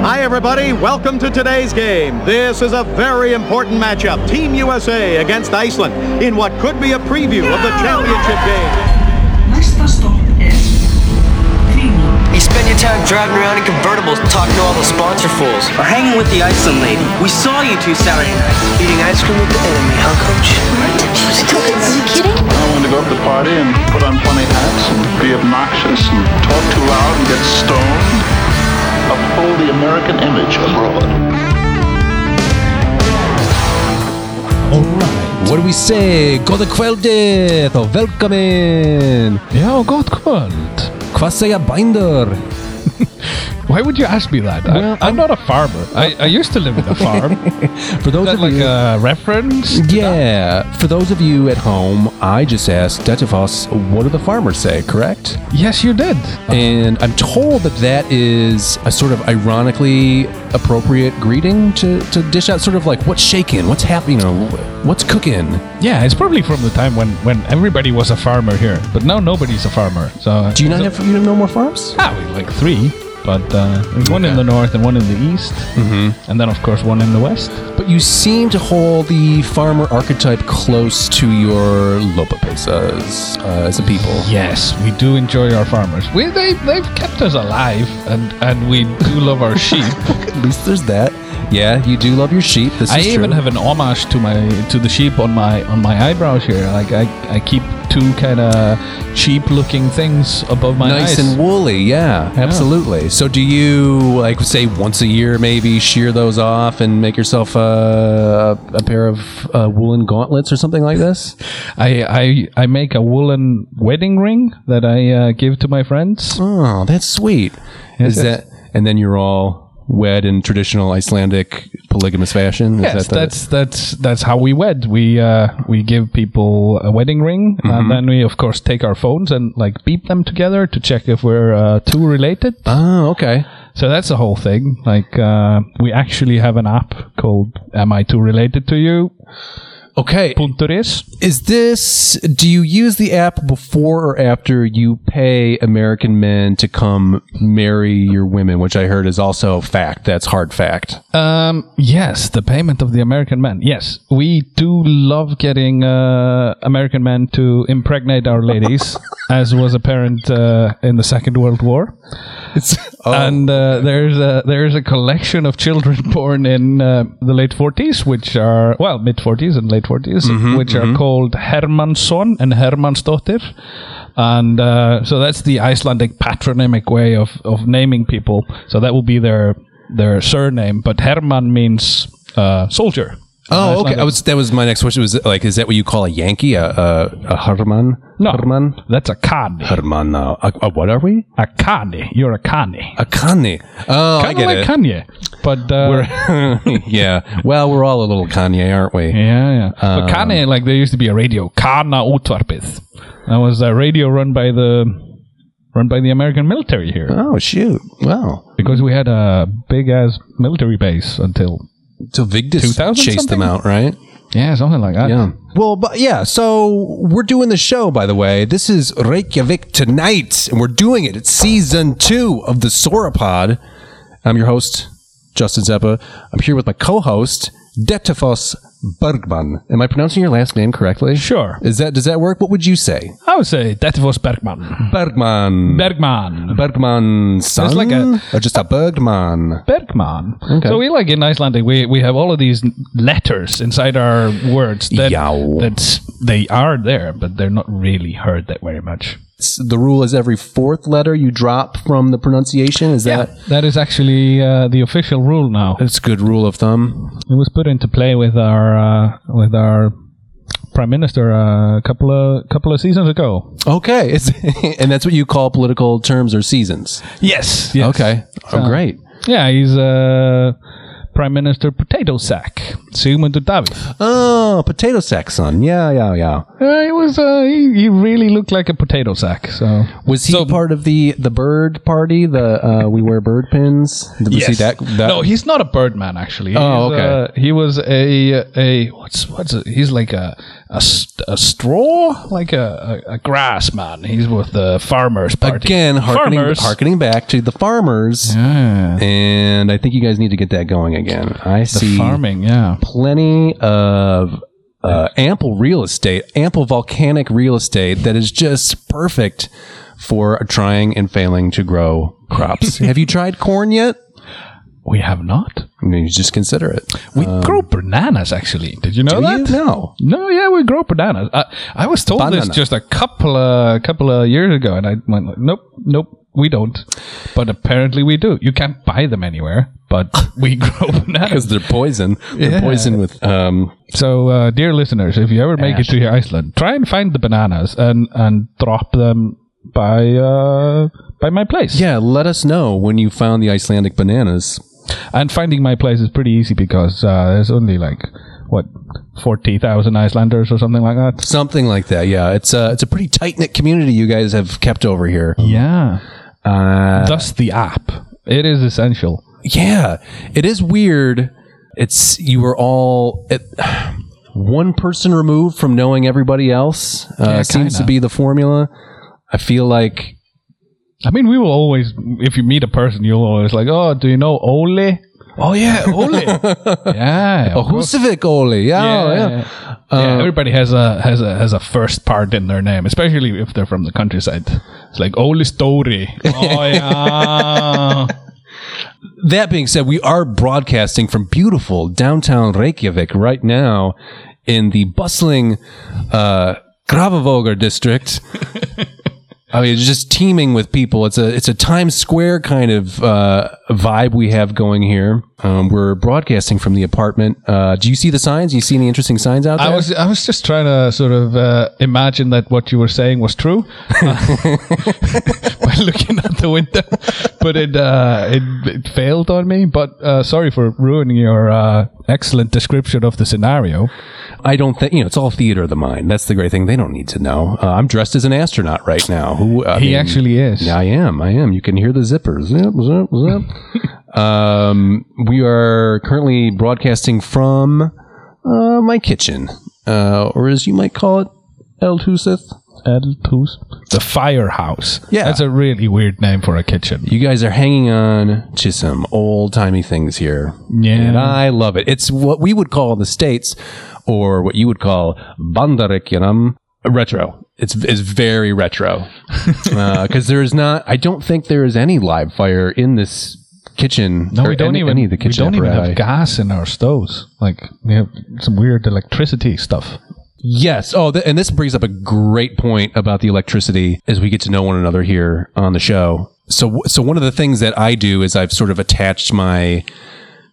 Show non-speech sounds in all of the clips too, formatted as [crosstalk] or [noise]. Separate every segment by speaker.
Speaker 1: Hi, everybody. Welcome to today's game. This is a very important matchup Team USA against Iceland in what could be a preview of the championship game.
Speaker 2: Næsta stopp er Kringlan.
Speaker 3: You spend your time driving around in convertibles talking to all the sponsor fools.
Speaker 4: or hanging with the Iceland lady. We saw you two Saturday night.
Speaker 3: Eating ice cream with the enemy, huh, coach?
Speaker 5: Are you kidding?
Speaker 6: I wanted to go up to the party and put on funny hats and be obnoxious and talk too loud and get stoned. Uphold the American image abroad.
Speaker 7: Alright.
Speaker 8: What do we say? Góða kvöldið og velkomin!
Speaker 7: Já, gott kvöld.
Speaker 8: Hvað segja bændur?
Speaker 7: [laughs] Why would you ask me that? I,
Speaker 8: Well,
Speaker 7: I'm, not a farmer. I, I used to live
Speaker 8: [laughs]
Speaker 7: in a farm.
Speaker 8: For
Speaker 7: Is
Speaker 8: those
Speaker 7: that
Speaker 8: of
Speaker 7: like
Speaker 8: you...
Speaker 7: a reference?
Speaker 8: Yeah, for those of you at home, I just asked each of us, what do the farmers say, correct?
Speaker 7: Yes, you did.
Speaker 8: And I'm told that that is a sort of ironically appropriate greeting to, to dish out, sort of like, what's shaking, what's happening, you know, what's cooking?
Speaker 7: Yeah, it's probably from the time when, when everybody was a farmer here, but now nobody's a farmer. So
Speaker 8: Do you not
Speaker 7: so-
Speaker 8: have, you have no more farms?
Speaker 7: Ah, we like three, but uh, there's one in the north and one in the east, mm-hmm. and then of course one in the west.
Speaker 8: [laughs] But you seem to hold the farmer archetype close to your lopapesas uh, as a people.
Speaker 7: Yes, we do enjoy our farmers. We, they, they've kept us alive, and, and we do
Speaker 8: [laughs]
Speaker 7: love our sheep.
Speaker 8: At least there's that. Yeah, you do love your sheep. This
Speaker 7: I
Speaker 8: is
Speaker 7: even
Speaker 8: true.
Speaker 7: have an homage to my to the sheep on my on my eyebrows here. Like I, I keep two kind of sheep looking things above my
Speaker 8: nice
Speaker 7: eyes.
Speaker 8: and woolly. Yeah, absolutely. So do you like say once a year maybe shear those off and make yourself a, a pair of uh, woolen gauntlets or something like this?
Speaker 7: I, I I make a woolen wedding ring that I uh, give to my friends.
Speaker 8: Oh, that's sweet.
Speaker 7: Yes,
Speaker 8: is
Speaker 7: yes.
Speaker 8: that and then you're all wed in traditional Icelandic polygamous fashion? Is
Speaker 7: Yes,
Speaker 8: that the-
Speaker 7: that's that's that's how we wed. We uh, we give people a wedding ring,
Speaker 8: Mm-hmm.
Speaker 7: and then we of course take our phones and like beep them together to check if we're uh, too related.
Speaker 8: Oh, okay.
Speaker 7: So that's the whole thing. Like uh, we actually have an app called "Am I Too Related to You?"
Speaker 8: Okay.
Speaker 7: Punto is.
Speaker 8: Is this? Do you use the app before or after you pay American men to come marry your women? Which I heard is also fact. That's hard fact.
Speaker 7: Um, yes, the payment of the American man. Yes, we do love getting uh, American men to impregnate our ladies, as was apparent uh, in the Second World War. [laughs] And uh, there's a there's a collection of children [laughs] born in uh, the late 40s, which are well mid 40s and late 40s, which are called Hermansson and Hermansdottir, and uh, so that's the Icelandic patronymic way of of naming people. So that will be their their surname, but Herman means uh, soldier.
Speaker 8: Oh, okay. I was, that was my next question. Was like, is that what you call a Yankee? A a, a Herman?
Speaker 7: No,
Speaker 8: Herman.
Speaker 7: that's a Kani.
Speaker 8: Herman. no. A, a what are we?
Speaker 7: A Kani. You're a Kani.
Speaker 8: A Kanye. Oh, I
Speaker 7: Kind
Speaker 8: get
Speaker 7: of like
Speaker 8: it.
Speaker 7: Kanye, but uh,
Speaker 8: [laughs] yeah. Well, we're all a little Kanye, aren't we?
Speaker 7: Yeah, yeah.
Speaker 8: Um,
Speaker 7: but Kane, like there used to be a radio, Kana Utvarpith. That was a radio run by the run by the American military here
Speaker 8: Oh shoot! Wow.
Speaker 7: because we had a big ass military base until
Speaker 8: So Vigdis
Speaker 7: 2000
Speaker 8: chased
Speaker 7: something?
Speaker 8: them out, right?
Speaker 7: yeah, something like that.
Speaker 8: Yeah. Well, but yeah, so we're doing the show, by the way. This is Reykjavik tonight, and we're doing it. It's season two of the Sauropod. I'm your host, Justin Zeppa. I'm here with my co host, Detefos Bergman. Am I pronouncing your last name correctly?
Speaker 7: Sure.
Speaker 8: Is that does that work? What would you say?
Speaker 7: I would say that was Bergman.
Speaker 8: Bergman.
Speaker 7: Bergman.
Speaker 8: Bergman son?
Speaker 7: like a-
Speaker 8: or just a Bergman.
Speaker 7: Bergman.
Speaker 8: Okay.
Speaker 7: So we like in Icelandic, we, we have all of these letters inside our words that
Speaker 8: Yow.
Speaker 7: that's, they are there, but they're not really heard that very much.
Speaker 8: It's- The rule is every fourth letter you drop from the pronunciation. Is that
Speaker 7: That is actually uh, the official rule now.
Speaker 8: that's a good rule of thumb?
Speaker 7: It was put into play with our uh, with our prime minister uh, a couple of couple of seasons ago.
Speaker 8: Okay, [laughs] it's and that's what you call political terms or seasons.
Speaker 7: Yes.
Speaker 8: Okay, oh, great.
Speaker 7: Yeah, he's uh, prime minister potato sack Sigmundur Davíð.
Speaker 8: Oh, potato sack son. Yeah, yeah, yeah.
Speaker 7: Uh, he was uh, he, he really looked like a potato sack. So
Speaker 8: Was he part of the the bird party? The uh, we wear bird pins. Did we see that? that-
Speaker 7: no, he's not a birdman actually. He
Speaker 8: Oh,
Speaker 7: is,
Speaker 8: okay.
Speaker 7: uh, he was a a what's what's a, he's like a a, s- a straw, like a, a, a grass man. He's with the farmers party
Speaker 8: Again, harkening,
Speaker 7: Farmers.
Speaker 8: harkening back to the farmers.
Speaker 7: Yeah.
Speaker 8: And I think you guys need to get that going again. I
Speaker 7: the
Speaker 8: see
Speaker 7: farming. Yeah,
Speaker 8: plenty of uh, ample real estate, ample volcanic real estate that is just perfect for trying and failing to grow crops. Have you tried corn yet?
Speaker 7: we have not.
Speaker 8: I mean, you just consider it.
Speaker 7: We grow bananas actually. Did you know
Speaker 8: Um, Do
Speaker 7: that?
Speaker 8: you? No.
Speaker 7: No, yeah, we grow bananas. I, I was told
Speaker 8: Banana.
Speaker 7: this just a couple of couple of years ago, and I went, like, nope, nope, we don't. But apparently, we do. You can't buy them anywhere, but we [laughs] grow
Speaker 8: Because
Speaker 7: bananas.
Speaker 8: they're poison.
Speaker 7: Yeah.
Speaker 8: They're poison with. Um,
Speaker 7: So, uh, dear listeners, if you ever make
Speaker 8: Ash.
Speaker 7: it to Iceland, try and find the bananas and and drop them by uh, by my place.
Speaker 8: yeah, let us know when you found the Icelandic bananas.
Speaker 7: and finding my place is pretty easy because uh, there's only like what forty thousand Icelanders or something like that.
Speaker 8: Something like that. Yeah, it's a it's a pretty tight knit community you guys have kept over here.
Speaker 7: Yeah,
Speaker 8: Uh,
Speaker 7: thus the app. It is essential.
Speaker 8: Yeah, it is weird. It's you were all it, [sighs] one person removed from knowing everybody else. Uh,
Speaker 7: Yeah,
Speaker 8: seems
Speaker 7: kinda.
Speaker 8: to be the formula. I feel like
Speaker 7: I mean, we will always, if you meet a person, you'll always like, oh, do you know Ole? Oh, yeah, Ole. [laughs] yeah.
Speaker 8: "Oh,
Speaker 7: of course.
Speaker 8: Husavik Oli. Yeah, yeah.
Speaker 7: Oh, yeah. Uh, Yeah, everybody has a has a has a first part in their name, especially if they're from the countryside. It's like Ole Story. [laughs] Oh yeah.
Speaker 8: That being said, we are broadcasting from beautiful downtown Reykjavik right now in the bustling uh, Grafavogur
Speaker 7: [laughs]
Speaker 8: district. I mean, it's just teeming with people. It's a it's a Times Square kind of uh, vibe we have going here. Um, we're broadcasting from the apartment. Uh, do you see the signs? You see any interesting signs out there?
Speaker 7: I was I was just trying to sort of uh, imagine that what you were saying was [laughs] true by looking at the window, but it uh, it, it failed on me. But uh, sorry for ruining your uh, excellent description of the scenario.
Speaker 8: I don't think you know. It's all theater of the mind. That's the great thing. They don't need to know. Uh, I'm dressed as an astronaut right now. Who I
Speaker 7: He
Speaker 8: mean,
Speaker 7: actually is.
Speaker 8: Yeah, I am. I am. You can hear the zippers. Zip, zip, zip. um, we are currently broadcasting from uh, my kitchen, uh, or as you might call it, El Huseth.
Speaker 7: Eldhus. The firehouse.
Speaker 8: Yeah.
Speaker 7: That's a really weird name for a kitchen.
Speaker 8: You guys are hanging on to some old timey things here.
Speaker 7: Yeah.
Speaker 8: And I love it. It's what we would call in the States, or what you would call Bandarikyanam retro. It's, it's very
Speaker 7: [laughs]
Speaker 8: retro. Because there is not, I don't think there is any live fire in this kitchen.
Speaker 7: No,
Speaker 8: or
Speaker 7: we don't
Speaker 8: any,
Speaker 7: even
Speaker 8: any of the
Speaker 7: we
Speaker 8: kitchen
Speaker 7: don't even have
Speaker 8: apparatus.
Speaker 7: gas in our stoves. Like we have some weird electricity stuff.
Speaker 8: Yes. Oh, th- and this brings up a great point about the electricity as we get to know one another here on the show. So, w- so one of the things that I do is I've sort of attached my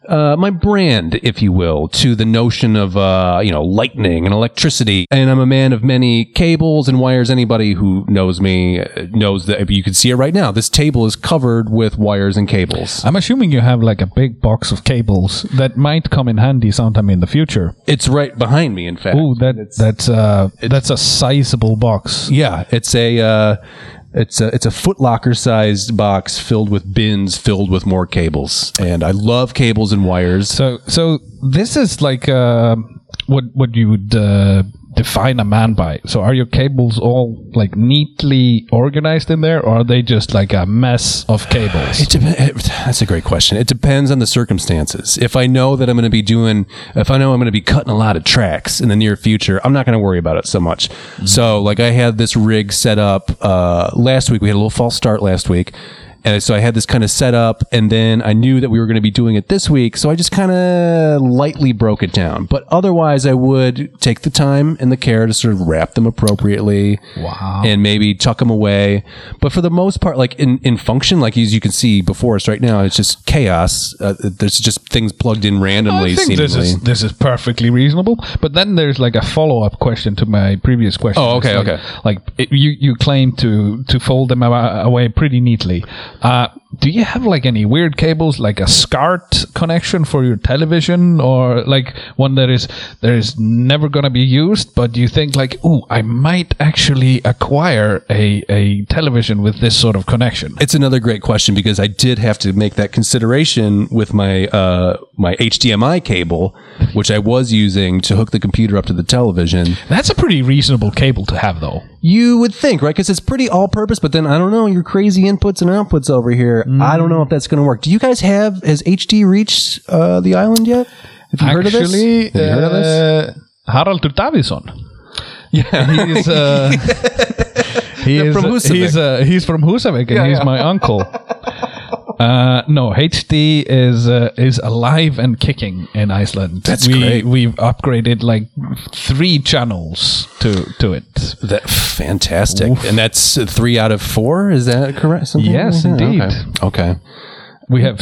Speaker 8: uh, my brand, if you will, to the notion of uh, you know lightning and electricity. And I'm a man of many cables and wires. Anybody who knows me uh, knows that you can see it right now. This table is covered with wires and cables.
Speaker 7: I'm assuming you have like a big box of cables that might come in handy sometime in the future.
Speaker 8: It's right behind me, in fact.
Speaker 7: Ooh, that that's uh that's a sizable box.
Speaker 8: Yeah, it's a uh, it's a it's a footlocker sized box filled with bins filled with more cables, and I love cables and wires.
Speaker 7: So so this is like uh, what what you would uh, define a man by. So are your cables all like neatly organized in there, or are they just like a mess of
Speaker 8: [sighs]
Speaker 7: cables?
Speaker 8: It dep- it, that's a great question. It depends on the circumstances. If I know that I'm going to be doing, if I know I'm going to be cutting a lot of tracks in the near future, I'm not going to worry about it so much. So, like, I had this rig set up uh, last week. We had a little false start last week. And so I had this kind of set up, and then I knew that we were going to be doing it this week. So I just kind of lightly broke it down. But otherwise, I would take the time and the care to sort of wrap them appropriately
Speaker 7: Wow.
Speaker 8: and maybe tuck them away. But for the most part, like in, in function, like as you can see before us right now, it's just chaos. Uh, there's just things plugged in randomly,
Speaker 7: I think
Speaker 8: seemingly.
Speaker 7: this is this is perfectly reasonable. But then there's like a follow up question to my previous question.
Speaker 8: Oh,
Speaker 7: It's
Speaker 8: okay,
Speaker 7: like,
Speaker 8: okay.
Speaker 7: Like it, you you claim to to fold them awa- away pretty neatly. Uh, do you have like any weird cables, like a SCART connection for your television, or like one that is that is never gonna be used, but you think like, ooh, I might actually acquire a a television with this sort of connection?
Speaker 8: It's another great question because I did have to make that consideration with my uh, my HDMI cable, which I was using to hook the computer up to the television.
Speaker 7: That's a pretty reasonable cable to have, though.
Speaker 8: You would think, right? Because it's pretty all-purpose. But then I don't know your crazy inputs and outputs over here. I don't know if that's going to work. Do you guys have has HD reached uh, the island yet? Have you heard of this?
Speaker 7: Actually,
Speaker 8: Have you heard of this?
Speaker 7: Uh, Harald Turtavison. Yeah, he's uh,
Speaker 8: [laughs]
Speaker 7: he is,
Speaker 8: from Husavik.
Speaker 7: he's uh, he's from Husavik, and he's my uncle. Uh, no, HD is uh, is alive and kicking in Iceland.
Speaker 8: That's
Speaker 7: we,
Speaker 8: great.
Speaker 7: We've upgraded like three channels to to it.
Speaker 8: That fantastic, and that's uh, three out of four. Is that correct? Something like
Speaker 7: Yes,
Speaker 8: that?
Speaker 7: indeed.
Speaker 8: Okay. okay.
Speaker 7: We have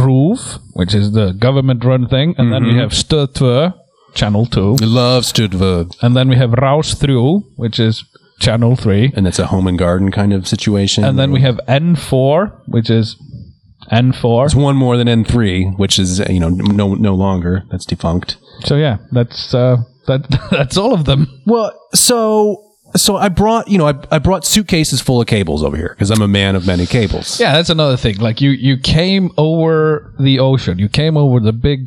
Speaker 7: Roof, which is the government-run thing, and
Speaker 8: Mm-hmm.
Speaker 7: then we have Stöðtvö, channel two,
Speaker 8: Love Studva,
Speaker 7: and then we have Rásþrjú, which is channel three,
Speaker 8: and that's a home and garden kind of situation.
Speaker 7: And then we have N4, which is
Speaker 8: It's
Speaker 7: N4.
Speaker 8: one more than N three, which is uh, you know no no longer that's defunct.
Speaker 7: So yeah, that's uh, that. [laughs] That's all of them.
Speaker 8: Well, so so I brought you know I, I brought suitcases full of cables over here because I'm a man of many cables.
Speaker 7: Yeah, that's another thing. Like you, you came over the ocean. You came over the big,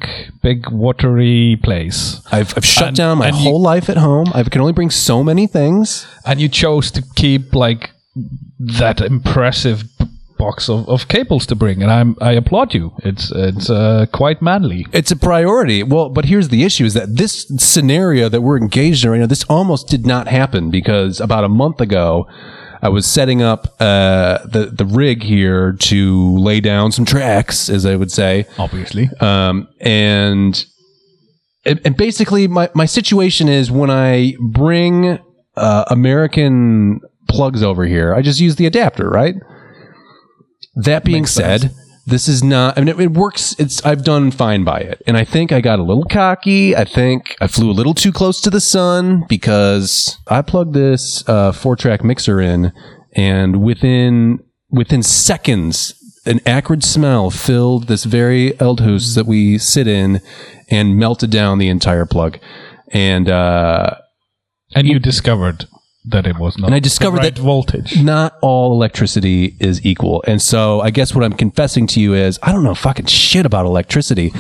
Speaker 7: big watery place,
Speaker 8: I've, I've shut
Speaker 7: And-
Speaker 8: down my
Speaker 7: and you-
Speaker 8: whole life at home. I can only bring so many things.
Speaker 7: and you chose to keep like that impressive b- box of, of cables to bring. And I'm, I applaud you. It's it's uh, quite manly.
Speaker 8: It's a priority. Well, but here's the issue: is that this scenario that we're engaged in right now, this almost did not happen because about a month ago, I was setting up uh, the the rig here to lay down some tracks, as I would say.
Speaker 7: Obviously,
Speaker 8: um, and and and basically my, my situation is when I bring uh, American plugs over here, I just use the adapter, right? That being said, this is not. I mean, it, it works. It's I've done fine by it, and I think I got a little cocky. I think I flew a little too close to the sun because I plugged this uh, four-track mixer in, and within within seconds, an acrid smell filled this very eldhus that we sit in, and melted down the entire plug. And uh,
Speaker 7: and you discovered that it was not.
Speaker 8: And I
Speaker 7: the
Speaker 8: discovered
Speaker 7: right
Speaker 8: that-
Speaker 7: voltage.
Speaker 8: not all electricity is equal. And so I guess what I'm confessing to you is I don't know fucking shit about electricity.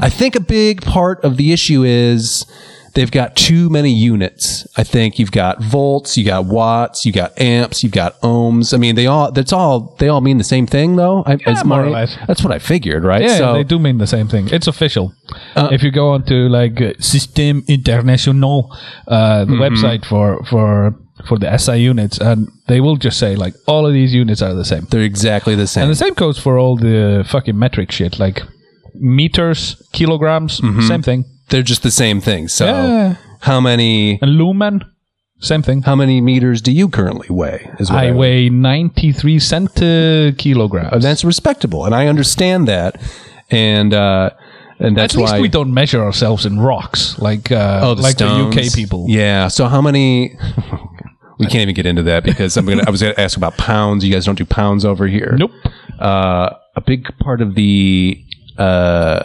Speaker 8: I think a big part of the issue is they've got too many units. I think you've got volts, you got watts, you got amps, you've got ohms. I mean, they all that's all they all mean the same thing though. I, yeah,
Speaker 7: more or less.
Speaker 8: That's what I figured, right?
Speaker 7: Yeah,
Speaker 8: so Uh,
Speaker 7: they do mean the same thing. It's official. if you go onto like uh, System International, uh, the
Speaker 8: Mm-hmm.
Speaker 7: website for for for the SI units, and they will just say like all of these units are the same.
Speaker 8: they're exactly the same.
Speaker 7: And the same goes for all the fucking metric shit, like meters, kilograms,
Speaker 8: Mm-hmm.
Speaker 7: same thing,
Speaker 8: they're just the same thing. So
Speaker 7: Yeah.
Speaker 8: how many
Speaker 7: and lumen, same thing.
Speaker 8: how many meters do you currently weigh? Is what
Speaker 7: I
Speaker 8: would-
Speaker 7: weigh ninety three cent uh, kilograms.
Speaker 8: and Oh, that's respectable, and I understand that, and uh, and that's
Speaker 7: At least
Speaker 8: why
Speaker 7: we don't measure ourselves in rocks like uh,
Speaker 8: Oh, the
Speaker 7: like
Speaker 8: stones.
Speaker 7: the UK people.
Speaker 8: Yeah. So how many? [laughs] we can't even get into that because I'm gonna. I was gonna ask about pounds. You guys don't do pounds over here.
Speaker 7: Nope.
Speaker 8: Uh, a big part of the uh,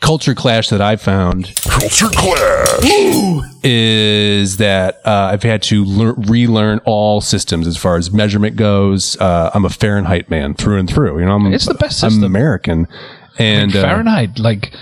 Speaker 8: culture clash that I found
Speaker 6: Culture clash.
Speaker 8: is that uh, I've had to lear- relearn all systems as far as measurement goes. Uh, I'm a Fahrenheit man through and through. You know, I'm
Speaker 7: It's the best
Speaker 8: I'm
Speaker 7: system.
Speaker 8: American. And uh,
Speaker 7: Fahrenheit, like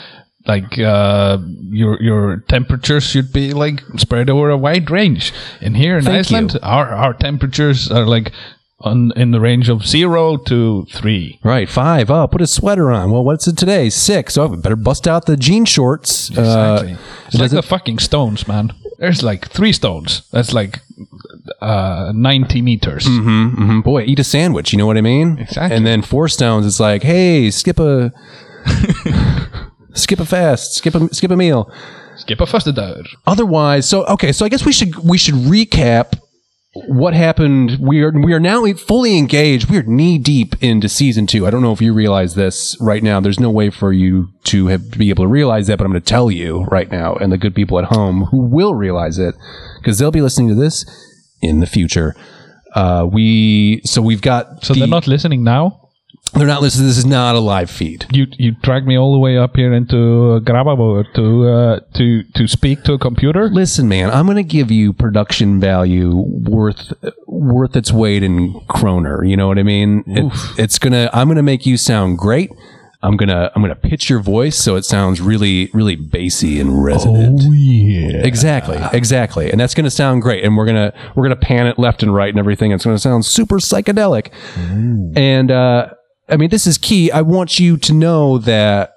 Speaker 7: like uh, your your temperatures should be like spread over a wide range. And here in
Speaker 8: Thank
Speaker 7: Iceland,
Speaker 8: you.
Speaker 7: our our temperatures are like on in the range of zero to three.
Speaker 8: Right, five up. Put a sweater on. Well, what's it today? Six. So I better bust out the jean shorts.
Speaker 7: Exactly.
Speaker 8: Uh,
Speaker 7: it's like the fucking stones, man. There's like three stones. That's like uh, ninety meters.
Speaker 8: mhm, boy, eat a sandwich. You know what I mean?
Speaker 7: Exactly.
Speaker 8: And then four stones. It's like, hey, skip a, [laughs] skip a fast, skip a skip a meal.
Speaker 7: Skip a first hour.
Speaker 8: Otherwise, so okay. So I guess we should we should recap what happened. We are we are now fully engaged. We are knee deep into season two. I don't know if you realize this right now. There's no way for you to have, be able to realize that, but I'm going to tell you right now, and the good people at home who will realize it because they'll be listening to this in the future. Uh, we so we've got
Speaker 7: So
Speaker 8: the-
Speaker 7: they're not listening now.
Speaker 8: They're not listening. This is not a live feed.
Speaker 7: You you dragged me all the way up here into uh, Grababo to uh, to to speak to a computer.
Speaker 8: Listen, man, I'm going to give you production value worth worth its weight in kroner. You know what I mean? It's, it's gonna. I'm going to make you sound great. I'm gonna I'm gonna pitch your voice so it sounds really really bassy and resonant.
Speaker 7: yeah.
Speaker 8: Exactly, exactly, and that's going to sound great. And we're gonna we're gonna pan it left and right and everything. It's going to sound super psychedelic. And uh, I mean, this is key. I want you to know that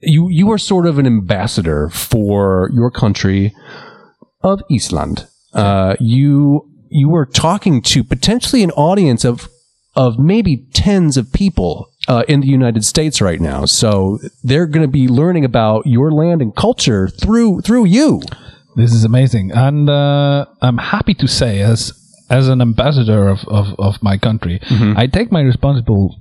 Speaker 8: you you are sort of an ambassador for your country of Iceland. Uh, you you were talking to potentially an audience of of maybe tens of people uh, in the United States right now. So they're going to be learning about your land and culture through through you.
Speaker 7: This is amazing, and uh, I'm happy to say, as as an ambassador of of, of my country,
Speaker 8: Mm-hmm.
Speaker 7: I take my responsible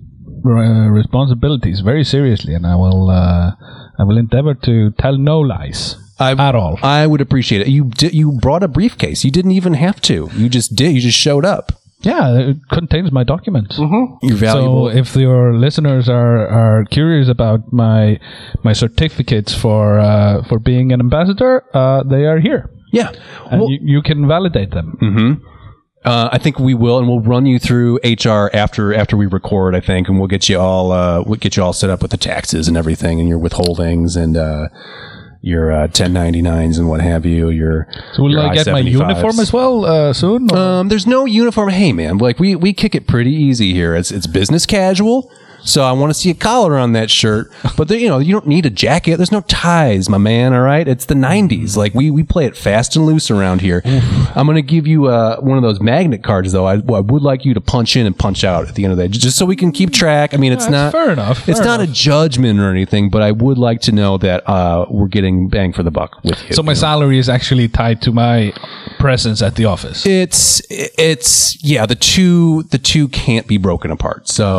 Speaker 7: uh, responsibilities very seriously, and I will uh, I will endeavor to tell no lies
Speaker 8: I,
Speaker 7: at all.
Speaker 8: I would appreciate it. You di- you brought a briefcase. You didn't even have to. You just did. You just showed up.
Speaker 7: yeah, it contains my documents.
Speaker 8: You're Mm-hmm. valuable.
Speaker 7: So, if your listeners are, are curious about my my certificates for uh, for being an ambassador, uh, they are here,
Speaker 8: yeah.
Speaker 7: and
Speaker 8: Well, Mm,
Speaker 7: you, you can validate them.
Speaker 8: uh, I think we will, and we'll run you through HR after after we record. I think, and we'll get you all uh, we'll get you all set up with the taxes and everything, and your withholdings and. Uh, your uh, 1099s and what have you. Your
Speaker 7: So will
Speaker 8: your
Speaker 7: I get my
Speaker 8: I-75s.
Speaker 7: uniform as well uh, soon? or-
Speaker 8: Um, there's no uniform. Hey, man, like we we kick it pretty easy here. It's it's business casual. So I want to see a collar on that shirt, but there, you know you don't need a jacket. There's no ties, my man. All right, it's the '90s. Like we we play it fast and loose around here. I'm gonna give you uh, one of those magnet cards though. I, well, I would like you to punch in and punch out at the end of the day, just so we can keep track. I mean, it's
Speaker 7: That's
Speaker 8: not
Speaker 7: fair enough,
Speaker 8: It's
Speaker 7: fair
Speaker 8: not a
Speaker 7: enough.
Speaker 8: judgment or anything, but I would like to know that uh, we're getting bang for the buck with you.
Speaker 7: So my salary is actually tied to my presence at the office.
Speaker 8: it's it's yeah the two the two can't be broken apart so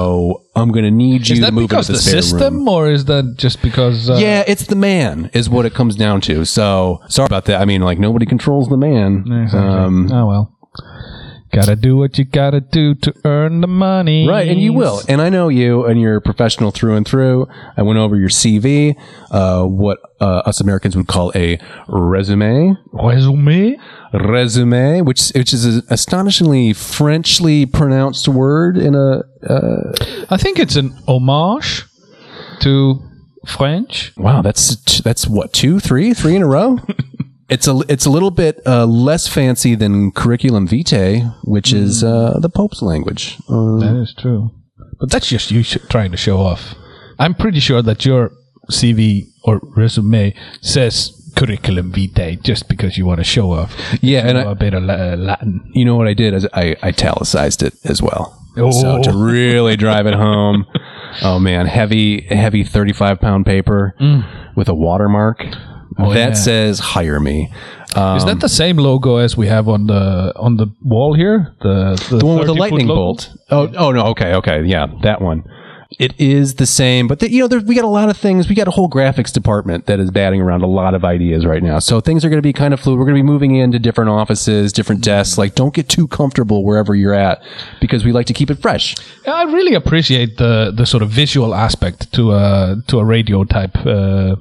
Speaker 8: i'm gonna need you
Speaker 7: Is
Speaker 8: to
Speaker 7: that
Speaker 8: move
Speaker 7: because
Speaker 8: into
Speaker 7: the
Speaker 8: the, spare
Speaker 7: system,
Speaker 8: room.
Speaker 7: or is that just because? Uh,
Speaker 8: yeah it's the man is what it comes down to so sorry about that i mean like nobody controls the man um,
Speaker 7: oh well. Gotta do what you gotta do to earn the money.
Speaker 8: Right, and you will. And I know you, and you're a professional through and through. I went over your CV, uh, what uh, us Americans would call a resume.
Speaker 7: Resume.
Speaker 8: Resume, which which is an astonishingly Frenchly pronounced word in a
Speaker 7: I think it's an homage to French.
Speaker 8: Wow, that's that's what two, three, three in a
Speaker 7: [laughs]
Speaker 8: row. it's a it's a little bit uh, less fancy than curriculum vitae, which is
Speaker 7: Mm.
Speaker 8: uh, the Pope's language. Uh,
Speaker 7: That is true. But that's just you sh- trying to show off. I'm pretty sure that your CV or resume says curriculum vitae just because you want to show off.
Speaker 8: yeah, and
Speaker 7: Know a
Speaker 8: I,
Speaker 7: bit of La- Latin.
Speaker 8: you know what I did is I italicized it as well, so
Speaker 7: Oh.
Speaker 8: to really drive it
Speaker 7: [laughs]
Speaker 8: home. Oh man, heavy heavy thirty five pound paper with a watermark that
Speaker 7: Mm. Oh, yeah.
Speaker 8: says hire me.
Speaker 7: Is
Speaker 8: Um,
Speaker 7: that the same logo as we have on the on the wall here? The the,
Speaker 8: the one with the
Speaker 7: 30 foot
Speaker 8: lightning
Speaker 7: logo?
Speaker 8: bolt. Oh, oh no. Okay, okay, yeah, that one. It is the same, but the, you know, there, we got a lot of things. We got a whole graphics department that is batting around a lot of ideas right now. So things are going to be kind of fluid. We're going to be moving into different offices, different desks. Like, don't get too comfortable wherever you're at, because we like to keep it fresh.
Speaker 7: Yeah, I really appreciate the the sort of visual aspect to a to a radio type uh,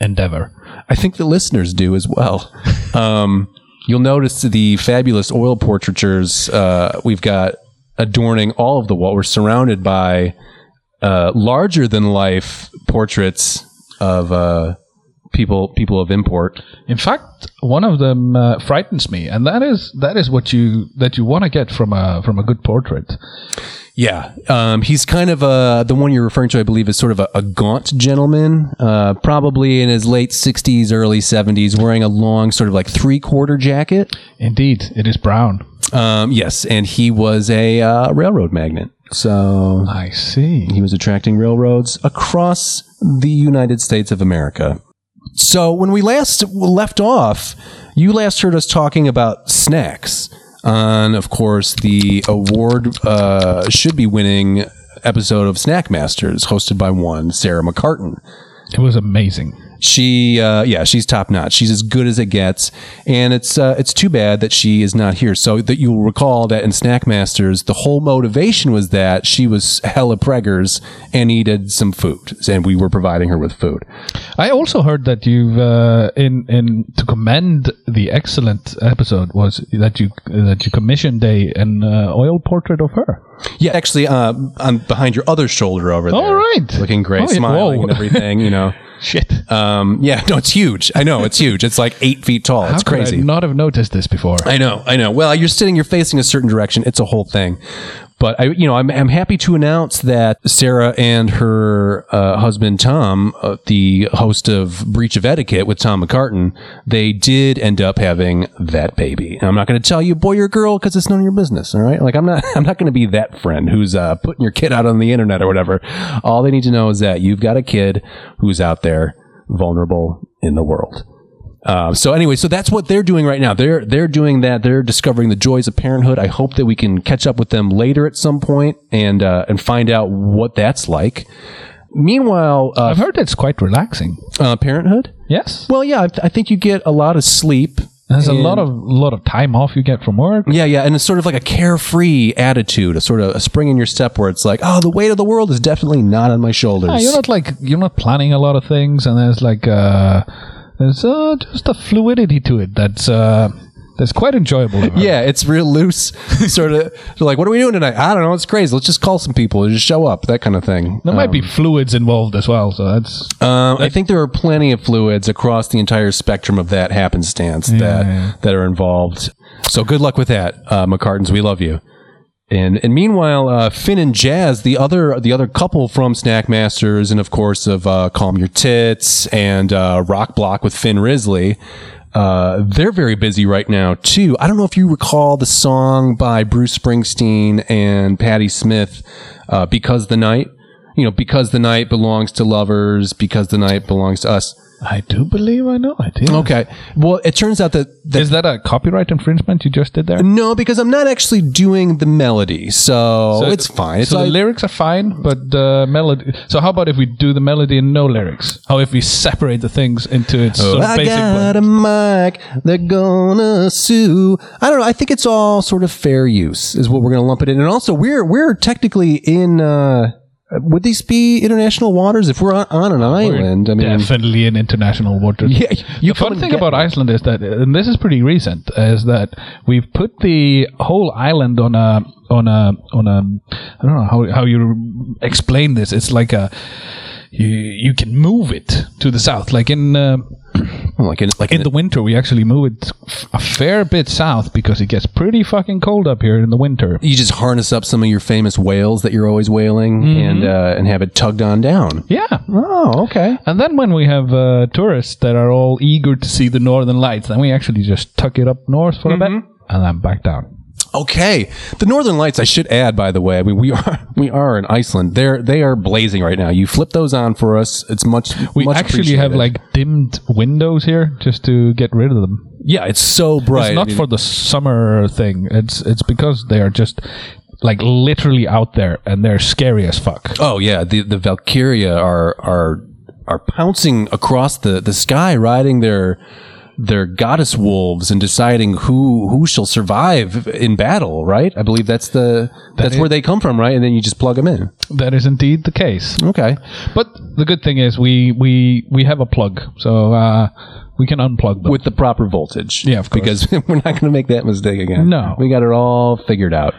Speaker 7: endeavor.
Speaker 8: I think the listeners do as well. Um, you'll notice the fabulous oil portraitures uh, we've got adorning all of the wall. We're surrounded by uh, larger than life portraits of uh, people people of import.
Speaker 7: In fact, one of them uh, frightens me, and that is that is what you that you want to get from a from a good portrait.
Speaker 8: Yeah, um, he's kind of a the one you're referring to. I believe is sort of a, a gaunt gentleman, uh, probably in his late 60s, early 70s, wearing a long sort of like three quarter jacket.
Speaker 7: Indeed, it is brown.
Speaker 8: Um, yes, and he was a uh, railroad magnet. So
Speaker 7: I see.
Speaker 8: He was attracting railroads across the United States of America. So when we last left off, you last heard us talking about snacks on, of course, the award uh, should be winning episode of Snack Masters, hosted by one Sarah McCartan.
Speaker 7: It was amazing.
Speaker 8: She, uh, yeah, she's top notch. She's as good as it gets, and it's uh, it's too bad that she is not here. So that you'll recall that in Snack Masters, the whole motivation was that she was hella preggers and needed some food, and we were providing her with food.
Speaker 7: I also heard that you've uh, in in to commend the excellent episode was that you that you commissioned a an uh, oil portrait of her.
Speaker 8: Yeah, actually, uh, I'm behind your other shoulder over there.
Speaker 7: All right.
Speaker 8: looking great,
Speaker 7: Oh, yeah.
Speaker 8: smiling
Speaker 7: Whoa.
Speaker 8: and everything. You
Speaker 7: [laughs]
Speaker 8: know.
Speaker 7: Shit,
Speaker 8: Um, yeah, no, it's huge. I know it's huge. It's like eight feet tall.
Speaker 7: how
Speaker 8: it's
Speaker 7: could
Speaker 8: crazy.
Speaker 7: I not have noticed this before.
Speaker 8: [laughs] I know, I know. Well, you're sitting, you're facing a certain direction. It's a whole thing. But I, you know, I'm, I'm happy to announce that Sarah and her uh, husband Tom, uh, the host of Breach of Etiquette with Tom McCartan, they did end up having that baby. And I'm not going to tell you boy or girl because it's none of your business. All right, like I'm not, [laughs] I'm not going to be that friend who's uh, putting your kid out on the internet or whatever. All they need to know is that you've got a kid who's out there vulnerable in the world. Uh, so anyway, so that's what they're doing right now. They're they're doing that. They're discovering the joys of parenthood. I hope that we can catch up with them later at some point and uh, and find out what that's like. Meanwhile, uh,
Speaker 7: I've heard it's quite relaxing.
Speaker 8: uh, parenthood.
Speaker 7: Yes,
Speaker 8: Well, yeah, I, I think you get a lot of sleep.
Speaker 7: there's a
Speaker 8: and-
Speaker 7: lot of lot of time off you get from work.
Speaker 8: Yeah, yeah, and it's sort of like a carefree attitude, a sort of a spring in your step where it's like, oh, the weight of the world is definitely not on my shoulders.
Speaker 7: Yeah, Ah, you're not like you're not planning a lot of things, and there's like uh, there's uh, just a fluidity to it that's uh, that's quite enjoyable. I've
Speaker 8: [laughs]
Speaker 7: heard.
Speaker 8: Yeah, it's real loose, [laughs] sort of. So like, what are we doing tonight? I don't know. It's crazy. Let's just call some people. Just show up. That kind of thing.
Speaker 7: there might be fluids involved as well, so that's
Speaker 8: Um, I think there are plenty of fluids across the entire spectrum of that happenstance that that are involved. So good luck with that, uh, McCartans. We love you. And and meanwhile, uh, Finn and Jazz, the other the other couple from Snack Masters, and of course of uh, Calm Your Tits and uh, Rock Block with Finn Risley. Uh, they're very busy right now too. I don't know if you recall the song by Bruce Springsteen and Patti Smith, uh, "Because the Night." You know, because the night belongs to lovers, because the night belongs to us.
Speaker 7: I do believe I know it. yeah.
Speaker 8: Okay. Well, it turns out that, that
Speaker 7: Is that a copyright infringement you just did there?
Speaker 8: no, because I'm not actually doing the melody, so, it's fine. It's
Speaker 7: so the
Speaker 8: like-
Speaker 7: lyrics are fine, but the melody. So how about if we do the melody and no lyrics? How if we separate the things into its sort of
Speaker 8: Oh. I
Speaker 7: basic?
Speaker 8: got
Speaker 7: blend?
Speaker 8: a mic. They're gonna sue. I don't know. I think it's all sort of fair use is what we're gonna lump it in. And also, we're we're technically in. Uh, would these be international waters if we're on, on an island? I mean,
Speaker 7: definitely in international
Speaker 8: [laughs]
Speaker 7: waters.
Speaker 8: Yeah, you
Speaker 7: the fun
Speaker 8: come
Speaker 7: thing
Speaker 8: get
Speaker 7: about
Speaker 8: me.
Speaker 7: Iceland is that, and this is pretty recent, is that we've put the whole island on a on a on a. I don't know how how you explain this. It's like a. You, you can move it to the south, like in uh,
Speaker 8: like in, oh like
Speaker 7: in the winter. We actually move it f- a fair bit south because it gets pretty fucking cold up here in the winter.
Speaker 8: you just harness up some of your famous whales that you're always whaling
Speaker 7: Mm-hmm.
Speaker 8: and uh, and have it tugged on down.
Speaker 7: Yeah,
Speaker 8: Oh, okay.
Speaker 7: And then when we have uh, tourists that are all eager to see the northern lights, then we actually just tuck it up north for a
Speaker 8: Mm-hmm.
Speaker 7: bit and then back down.
Speaker 8: Okay, the Northern Lights. I should add, by the way, I mean we [laughs] are we are in Iceland. They're they are blazing right now. You flip those on for us. It's much
Speaker 7: We
Speaker 8: much
Speaker 7: actually have
Speaker 8: appreciated.
Speaker 7: like dimmed windows here just to get rid of them.
Speaker 8: yeah, it's so bright.
Speaker 7: It's not
Speaker 8: I mean,
Speaker 7: for the summer thing. It's it's because they are just like literally out there and they're scary as fuck.
Speaker 8: oh yeah, the the Valkyria are are are pouncing across the the sky, riding their their goddess wolves and deciding who who shall survive in battle. Right? I believe that's the that's where they come from. Right? And then you just plug them in.
Speaker 7: That is indeed the case.
Speaker 8: Okay.
Speaker 7: But the good thing is we we we have a plug, so uh, we can unplug them.
Speaker 8: with the proper voltage.
Speaker 7: Yeah, of course.
Speaker 8: Because [laughs] we're not going to make that mistake again.
Speaker 7: No.
Speaker 8: we got it all figured out.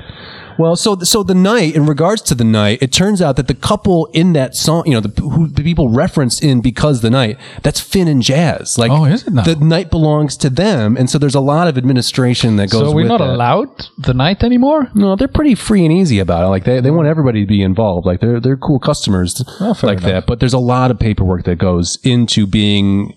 Speaker 8: Well, so so the night in regards to the night, it turns out that the couple in that song, you know, the, who the people referenced in because the night, that's Finn and Jazz. Like,
Speaker 7: Oh, is it now?
Speaker 8: The night belongs to them, and so there's a lot of administration that goes.
Speaker 7: so we're
Speaker 8: with
Speaker 7: not
Speaker 8: that.
Speaker 7: allowed the night anymore.
Speaker 8: No, they're pretty free and easy about it. Like they, they want everybody to be involved. Like they're they're cool customers
Speaker 7: Oh, fair
Speaker 8: like
Speaker 7: enough.
Speaker 8: that. But there's a lot of paperwork that goes into being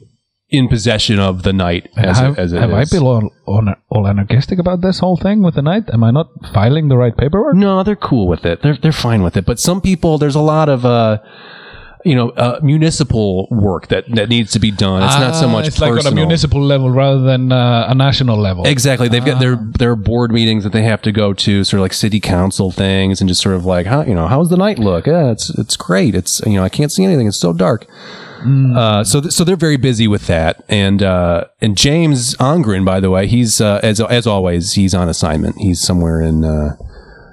Speaker 8: in possession of the night as
Speaker 7: have
Speaker 8: it, as it
Speaker 7: have
Speaker 8: is.
Speaker 7: I been all, all, all anarchistic about this whole thing with the night? Am I not filing the right paperwork?
Speaker 8: No, they're cool with it. They're they're fine with it. But some people, there's a lot of uh, you know, uh, municipal work that that needs to be done. It's not so
Speaker 7: Ah,
Speaker 8: much
Speaker 7: It's
Speaker 8: personal.
Speaker 7: like on a municipal level rather than uh, a national level.
Speaker 8: Exactly. They've got their their board meetings that they have to go to, sort of like city council things, and just sort of like, how you know, how's the night look? Yeah, it's it's great. It's you know, I can't see anything. It's so dark. Uh, so, th- so they're very busy with that. And uh, and James Ongren, by the way, he's uh, as as always, he's on assignment. He's somewhere in uh,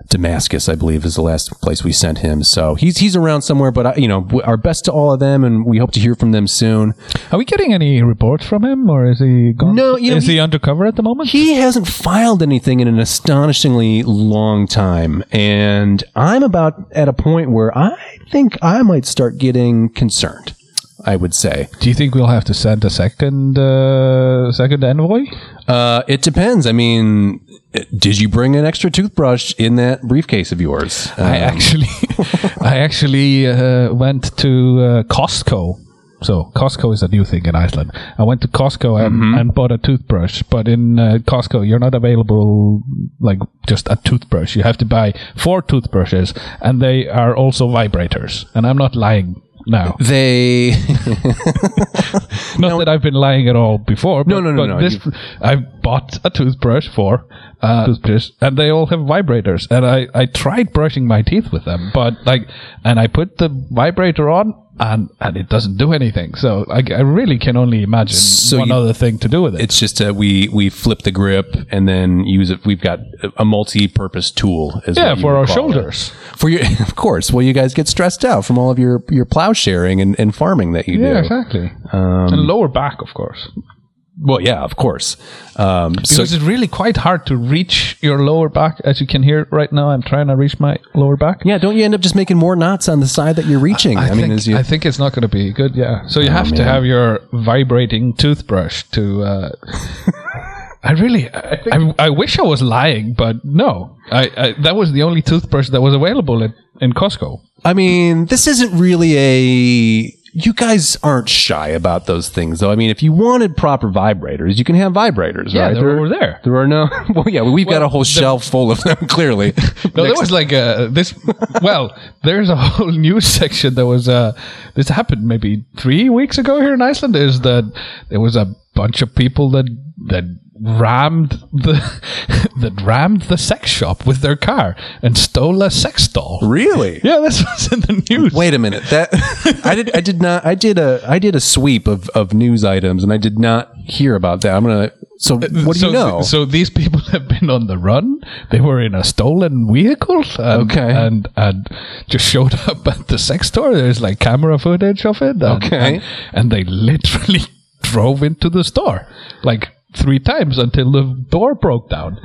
Speaker 8: Damascus, I believe, is the last place we sent him. So he's he's around somewhere. But I, you know, w- our best to all of them, and we hope to hear from them soon.
Speaker 7: Are we getting any reports from him, or is he gone?
Speaker 8: No, you know,
Speaker 7: is he,
Speaker 8: he-
Speaker 7: undercover at the moment?
Speaker 8: He hasn't filed anything in an astonishingly long time, and I'm about at a point where I think I might start getting concerned. I would say.
Speaker 7: Do you think we'll have to send a second uh, second envoy?
Speaker 8: Uh, it depends. I mean, did you bring an extra toothbrush in that briefcase of yours?
Speaker 7: I
Speaker 8: Um,
Speaker 7: actually, [laughs] I actually uh, went to uh, Costco. So Costco is a new thing in Iceland. I went to Costco and, and bought a toothbrush, but in uh, Costco you're not available like just a toothbrush. You have to buy four toothbrushes, and they are also vibrators. And I'm not lying now.
Speaker 8: [laughs] they
Speaker 7: Not that I've been lying at all before. But,
Speaker 8: No, no, no,
Speaker 7: but
Speaker 8: no,
Speaker 7: This,
Speaker 8: you've-
Speaker 7: I bought a toothbrush for uh, toothbrush, and they all have vibrators. And I, I tried brushing my teeth with them, but like, and I put the vibrator on, and and it doesn't do anything. So I, I really can only imagine
Speaker 8: So
Speaker 7: one
Speaker 8: you-
Speaker 7: other thing to do with it.
Speaker 8: it's just uh, we we flip the grip and then use it. We've got a- a multi-purpose tool. Is
Speaker 7: yeah,
Speaker 8: what you
Speaker 7: for
Speaker 8: would
Speaker 7: our
Speaker 8: call
Speaker 7: shoulders.
Speaker 8: it. For your, [laughs] of course. Well, you guys get stressed out from all of your your plow sharing and, and farming that you
Speaker 7: Yeah,
Speaker 8: do.
Speaker 7: exactly.
Speaker 8: Um,
Speaker 7: and lower back, of course,
Speaker 8: Well, yeah, of course. Um, so
Speaker 7: because it's really quite hard to reach your lower back. As you can hear right now, I'm trying to reach my lower back.
Speaker 8: yeah, don't you end up just making more knots on the side that you're reaching? I, mean,
Speaker 7: think,
Speaker 8: as you,
Speaker 7: I think it's not going to be good. Yeah. So you have to have your vibrating toothbrush to. Uh, [laughs] I really, I, I, I wish I was lying, but no. I, I that was the only toothbrush that was available in, in Costco.
Speaker 8: I mean, this isn't really a. You guys aren't shy about those things, though. I mean, if you wanted proper vibrators, you can have vibrators,
Speaker 7: Yeah,
Speaker 8: right?
Speaker 7: they
Speaker 8: There-
Speaker 7: were there.
Speaker 8: There are no. [laughs] Well, yeah, we've got
Speaker 7: Well,
Speaker 8: a whole
Speaker 7: the-
Speaker 8: shelf full of them. [laughs] Clearly,
Speaker 7: [laughs] No, there
Speaker 8: Next-
Speaker 7: was like uh
Speaker 8: [laughs]
Speaker 7: this. Well, there's a whole [laughs] news section that was. Uh, this happened maybe three weeks ago here in Iceland. Is that there was a bunch of people that that rammed the [laughs] that rammed the sex shop with their car and stole a sex doll.
Speaker 8: really.
Speaker 7: Yeah, this was in the news.
Speaker 8: Wait a minute. That [laughs] I did. I did not. I did a. I did a sweep of, of news items, and I did not hear about that. I'm gonna. So what do
Speaker 7: Uh, so,
Speaker 8: you know?
Speaker 7: So these people [laughs] have been on the run. They were in a stolen vehicle. And,
Speaker 8: Okay.
Speaker 7: And and just showed [laughs] up at the sex store. There's like camera footage of it. and-
Speaker 8: Okay.
Speaker 7: And, and they literally [laughs] drove into the store like three times until the door broke down.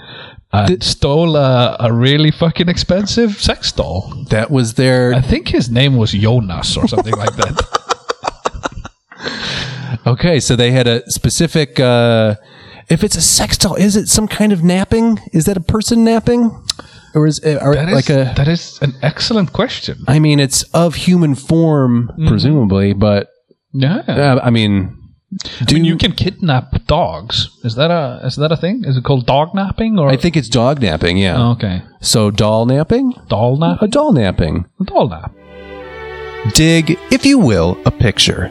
Speaker 7: And stole a, a really fucking expensive sex doll.
Speaker 8: that was their.
Speaker 7: I think his name was Jonas or something like that.
Speaker 8: [laughs] Okay, so they had a specific. Uh, if it's a sex doll, is it some kind of napping? Is that a person napping, or is it or
Speaker 7: That is,
Speaker 8: like a?
Speaker 7: that is an excellent question.
Speaker 8: I mean, it's of human form,
Speaker 7: Mm-hmm.
Speaker 8: presumably, but
Speaker 7: Yeah.
Speaker 8: uh, I mean, do
Speaker 7: you can kidnap dogs. Is that a is that a thing? Is it called dog napping or
Speaker 8: I think it's dog napping. Yeah.
Speaker 7: Oh, okay
Speaker 8: So doll napping,
Speaker 7: doll nap?
Speaker 8: a doll napping.
Speaker 7: Doll nap.
Speaker 8: Dig, if you will, a picture.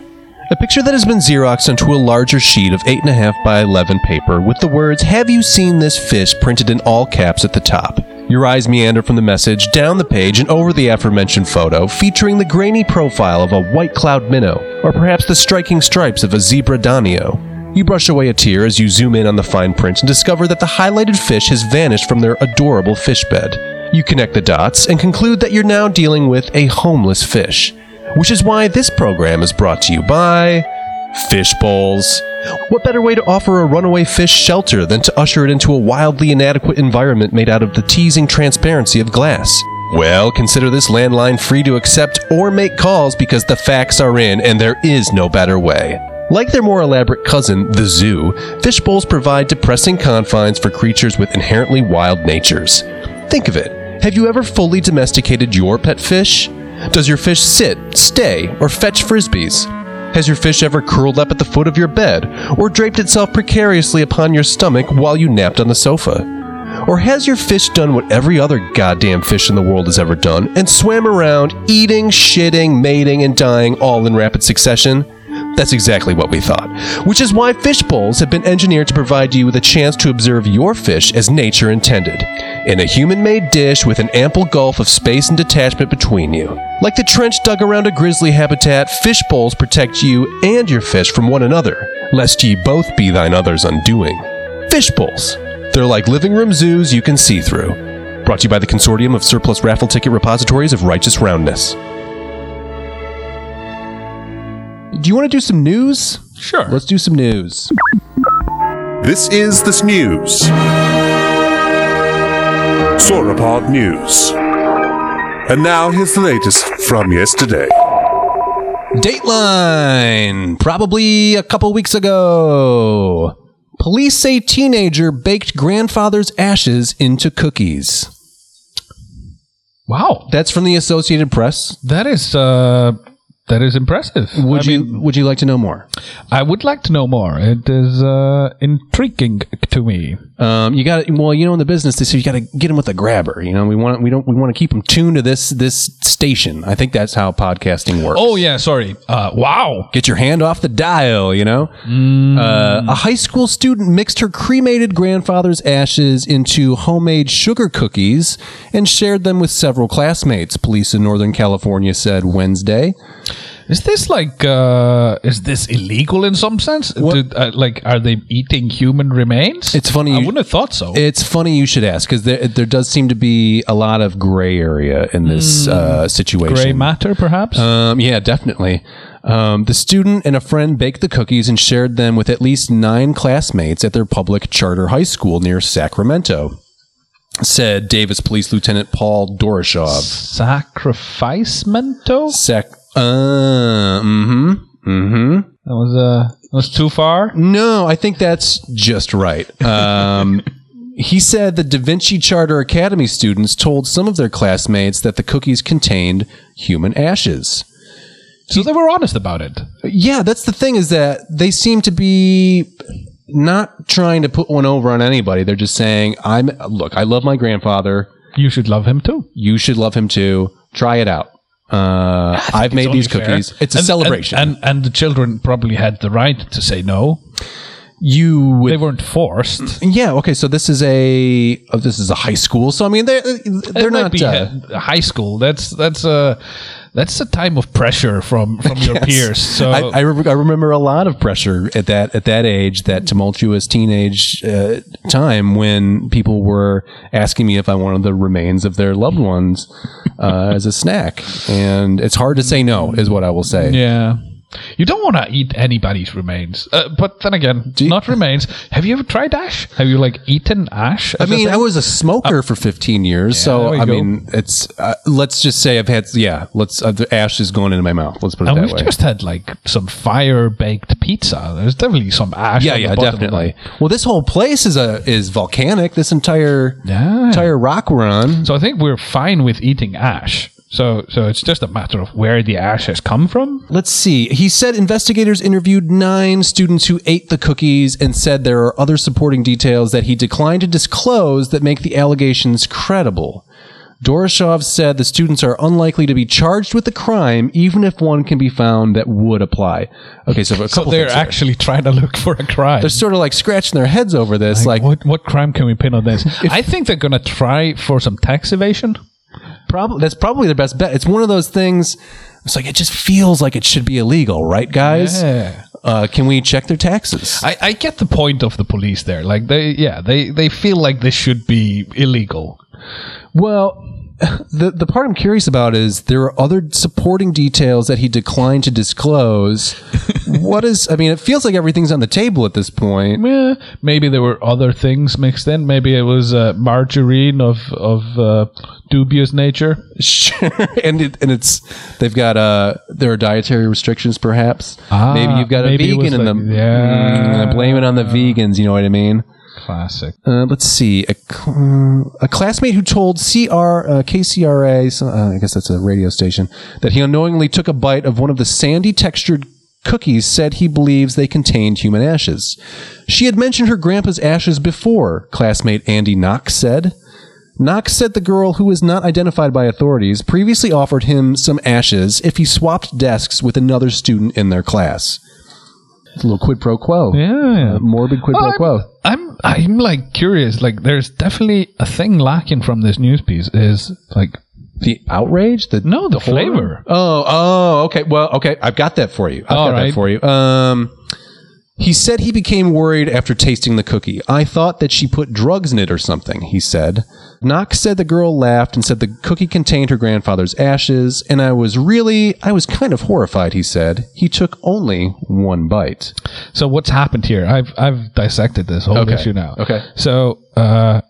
Speaker 8: A picture that has been Xeroxed onto a larger sheet of 8.5 by 11 paper with the words, Have you seen this fish? printed in all caps at the top. Your eyes meander from the message, down the page, and over the aforementioned photo, featuring the grainy profile of a white cloud minnow, or perhaps the striking stripes of a zebra danio. You brush away a tear as you zoom in on the fine print and discover that the highlighted fish has vanished from their adorable fish bed. You connect the dots and conclude that you're now dealing with a homeless fish, which is why this program is brought to you by Fish Bowls. What better way to offer a runaway fish shelter than to usher it into a wildly inadequate environment made out of the teasing transparency of glass? Well, consider this landline free to accept or make calls because the facts are in and there is no better way. Like their more elaborate cousin, the zoo, fish bowls provide depressing confines for creatures with inherently wild natures. Think of it. Have you ever fully domesticated your pet fish? Does your fish sit, stay, or fetch frisbees? Has your fish ever curled up at the foot of your bed, or draped itself precariously upon your stomach while you napped on the sofa? Or has your fish done what every other goddamn fish in the world has ever done and swam around, eating, shitting, mating, and dying all in rapid succession? That's exactly what we thought. Which is why fish bowls have been engineered to provide you with a chance to observe your fish as nature intended, in a human made dish with an ample gulf of space and detachment between you. Like the trench dug around a grizzly habitat, fish bowls protect you and your fish from one another, lest ye both be thine other's undoing. Fish bowls. They're like living room zoos you can see through. Brought to you by the Consortium of Surplus Raffle Ticket Repositories of Righteous Roundness. Do you want to do some news?
Speaker 7: Sure.
Speaker 8: Let's do some news.
Speaker 9: This is the news. Sauropod News. And now here's the latest from yesterday.
Speaker 8: Dateline! Probably a couple weeks ago. Police say teenager baked grandfather's ashes into cookies.
Speaker 7: Wow,
Speaker 8: That's from the Associated Press.
Speaker 7: that is uh, that is impressive.
Speaker 8: Would
Speaker 7: I
Speaker 8: you
Speaker 7: mean,
Speaker 8: would you like to know more?
Speaker 7: I would like to know more. It is uh, intriguing to me.
Speaker 8: Um, you got well, you know, in the business, they say you got to get them with a grabber. You know, we want we don't we want to keep them tuned to this this station. I think that's how podcasting works.
Speaker 7: Oh yeah, sorry. Uh, wow.
Speaker 8: Get your hand off the dial, you know? Uh, a high school student mixed her cremated grandfather's ashes into homemade sugar cookies and shared them with several classmates, police in Northern California said Wednesday.
Speaker 7: Is this like uh, is this illegal in some sense? Did, uh, like, are they eating human remains?
Speaker 8: It's funny you-
Speaker 7: I wouldn't have thought so.
Speaker 8: It's funny you should ask because there, there does seem to be a lot of gray area in this uh, situation.
Speaker 7: Gray matter, perhaps.
Speaker 8: Um, yeah, definitely. Um, the student and a friend baked the cookies and shared them with at least nine classmates at their public charter high school near Sacramento, said Davis Police Lieutenant Paul Doroshov.
Speaker 7: Sacrificemento.
Speaker 8: Sac. Uh, mm hmm. Mm hmm.
Speaker 7: That was uh, that was too far.
Speaker 8: No, I think that's just right. Um, [laughs] he said the Da Vinci Charter Academy students told some of their classmates that the cookies contained human ashes.
Speaker 7: So they were honest about it.
Speaker 8: Yeah, that's the thing is that they seem to be not trying to put one over on anybody. They're just saying, "I'm look, I love my grandfather.
Speaker 7: You should love him too.
Speaker 8: You should love him too. Try it out. Uh, I've made these
Speaker 7: Only fair.
Speaker 8: cookies. It's a
Speaker 7: And-
Speaker 8: celebration.
Speaker 7: and, and and the children probably had the right to say no.
Speaker 8: you would, Mm,
Speaker 7: They weren't forced.
Speaker 8: yeah, okay. So this is a oh, this is a high school. So I mean, they're they're
Speaker 7: It might
Speaker 8: not
Speaker 7: be
Speaker 8: uh,
Speaker 7: he- high school. That's that's a that's a time of pressure from from
Speaker 8: [laughs]
Speaker 7: your
Speaker 8: Yes.
Speaker 7: peers. So
Speaker 8: I, I, re- I remember a lot of pressure at that at that age, that tumultuous teenage uh, time when people were asking me if I wanted the remains of their loved ones
Speaker 7: [laughs]
Speaker 8: uh, as a snack, and it's hard to say no, is what I will say.
Speaker 7: yeah. You don't want to eat anybody's remains, uh, but then again, not remains. Have you ever tried ash? Have you like eaten ash?
Speaker 8: I
Speaker 7: as a
Speaker 8: mean,
Speaker 7: thing?
Speaker 8: I was a smoker for 15 years, so
Speaker 7: there you
Speaker 8: I
Speaker 7: go.
Speaker 8: mean, it's uh, let's just say I've had yeah, let's uh, the ash is going into my mouth. Let's put it
Speaker 7: and
Speaker 8: that
Speaker 7: we've
Speaker 8: way.
Speaker 7: just had like some fire baked pizza. There's definitely some ash.
Speaker 8: yeah,
Speaker 7: on the
Speaker 8: yeah,
Speaker 7: bottom of
Speaker 8: definitely.
Speaker 7: that.
Speaker 8: Well, this whole place is a is volcanic. This entire
Speaker 7: Yeah.
Speaker 8: entire rock we're on.
Speaker 7: So I think we're fine with eating ash. So so it's just a matter of where the ash has come from.
Speaker 8: Let's see. He said investigators interviewed nine students who ate the cookies and said there are other supporting details that he declined to disclose that make the allegations credible. Doroshov said the students are unlikely to be charged with the crime, even if one can be found that would apply. Okay, so, a couple
Speaker 7: So they're
Speaker 8: things here.
Speaker 7: actually [laughs] trying to look for a crime.
Speaker 8: they're sort of like scratching their heads over this. Like,
Speaker 7: what what crime can we pin
Speaker 8: [laughs]
Speaker 7: on this? I think they're gonna try for some tax evasion.
Speaker 8: prob- "Oh, that's probably their best bet. It's one of those things. It's like it just feels like it should be illegal, right, guys?
Speaker 7: Yeah.
Speaker 8: Uh, can we check their taxes?
Speaker 7: I, I get the point of the police there. Like they yeah, they, they feel like this should be illegal.
Speaker 8: Well, the the part I'm curious about is there are other supporting details that he declined to
Speaker 7: [laughs]
Speaker 8: disclose. what is? I mean, it feels like everything's on the table at this point.
Speaker 7: [laughs] Eh, maybe there were other things mixed in. Maybe it was uh, margarine of of uh, dubious nature.
Speaker 8: Sure, and it, and it's they've got uh there are dietary restrictions perhaps.
Speaker 7: Ah,
Speaker 8: maybe you've got a
Speaker 7: maybe it
Speaker 8: vegan
Speaker 7: was
Speaker 8: in
Speaker 7: like-
Speaker 8: them.
Speaker 7: yeah.
Speaker 8: Mm, blame it on the vegans. You know what I mean.
Speaker 7: Classic.
Speaker 8: Uh, let's see. A, cl- uh, a classmate who told CR, uh, KCRA, so, uh, I guess that's a radio station, that he unknowingly took a bite of one of the sandy textured cookies said he believes they contained human ashes. She had mentioned her grandpa's ashes before, classmate Andy Knox said. Knox said the girl, who was not identified by authorities, previously offered him some ashes if he swapped desks with another student in their class.
Speaker 10: It's a little quid pro quo.
Speaker 7: Yeah.
Speaker 10: Uh, morbid quid pro
Speaker 7: I'm-
Speaker 10: quo.
Speaker 7: I'm, I'm like curious. Like, there's definitely a thing lacking from this news piece. Is like
Speaker 8: The outrage, the
Speaker 7: no, the flavor.
Speaker 8: Oh, oh, okay. Well, okay. I've got that for you. I've
Speaker 7: All
Speaker 8: got
Speaker 7: right.
Speaker 8: that for you. Um, he said he became worried after tasting the cookie. I thought that she put drugs in it or something, he said. Knox said the girl laughed and said the cookie contained her grandfather's ashes, and I was really, I was kind of horrified, he said. He took only one bite.
Speaker 7: So what's happened here? I've I've dissected this whole
Speaker 8: Okay.
Speaker 7: issue now.
Speaker 8: Okay.
Speaker 7: So uh,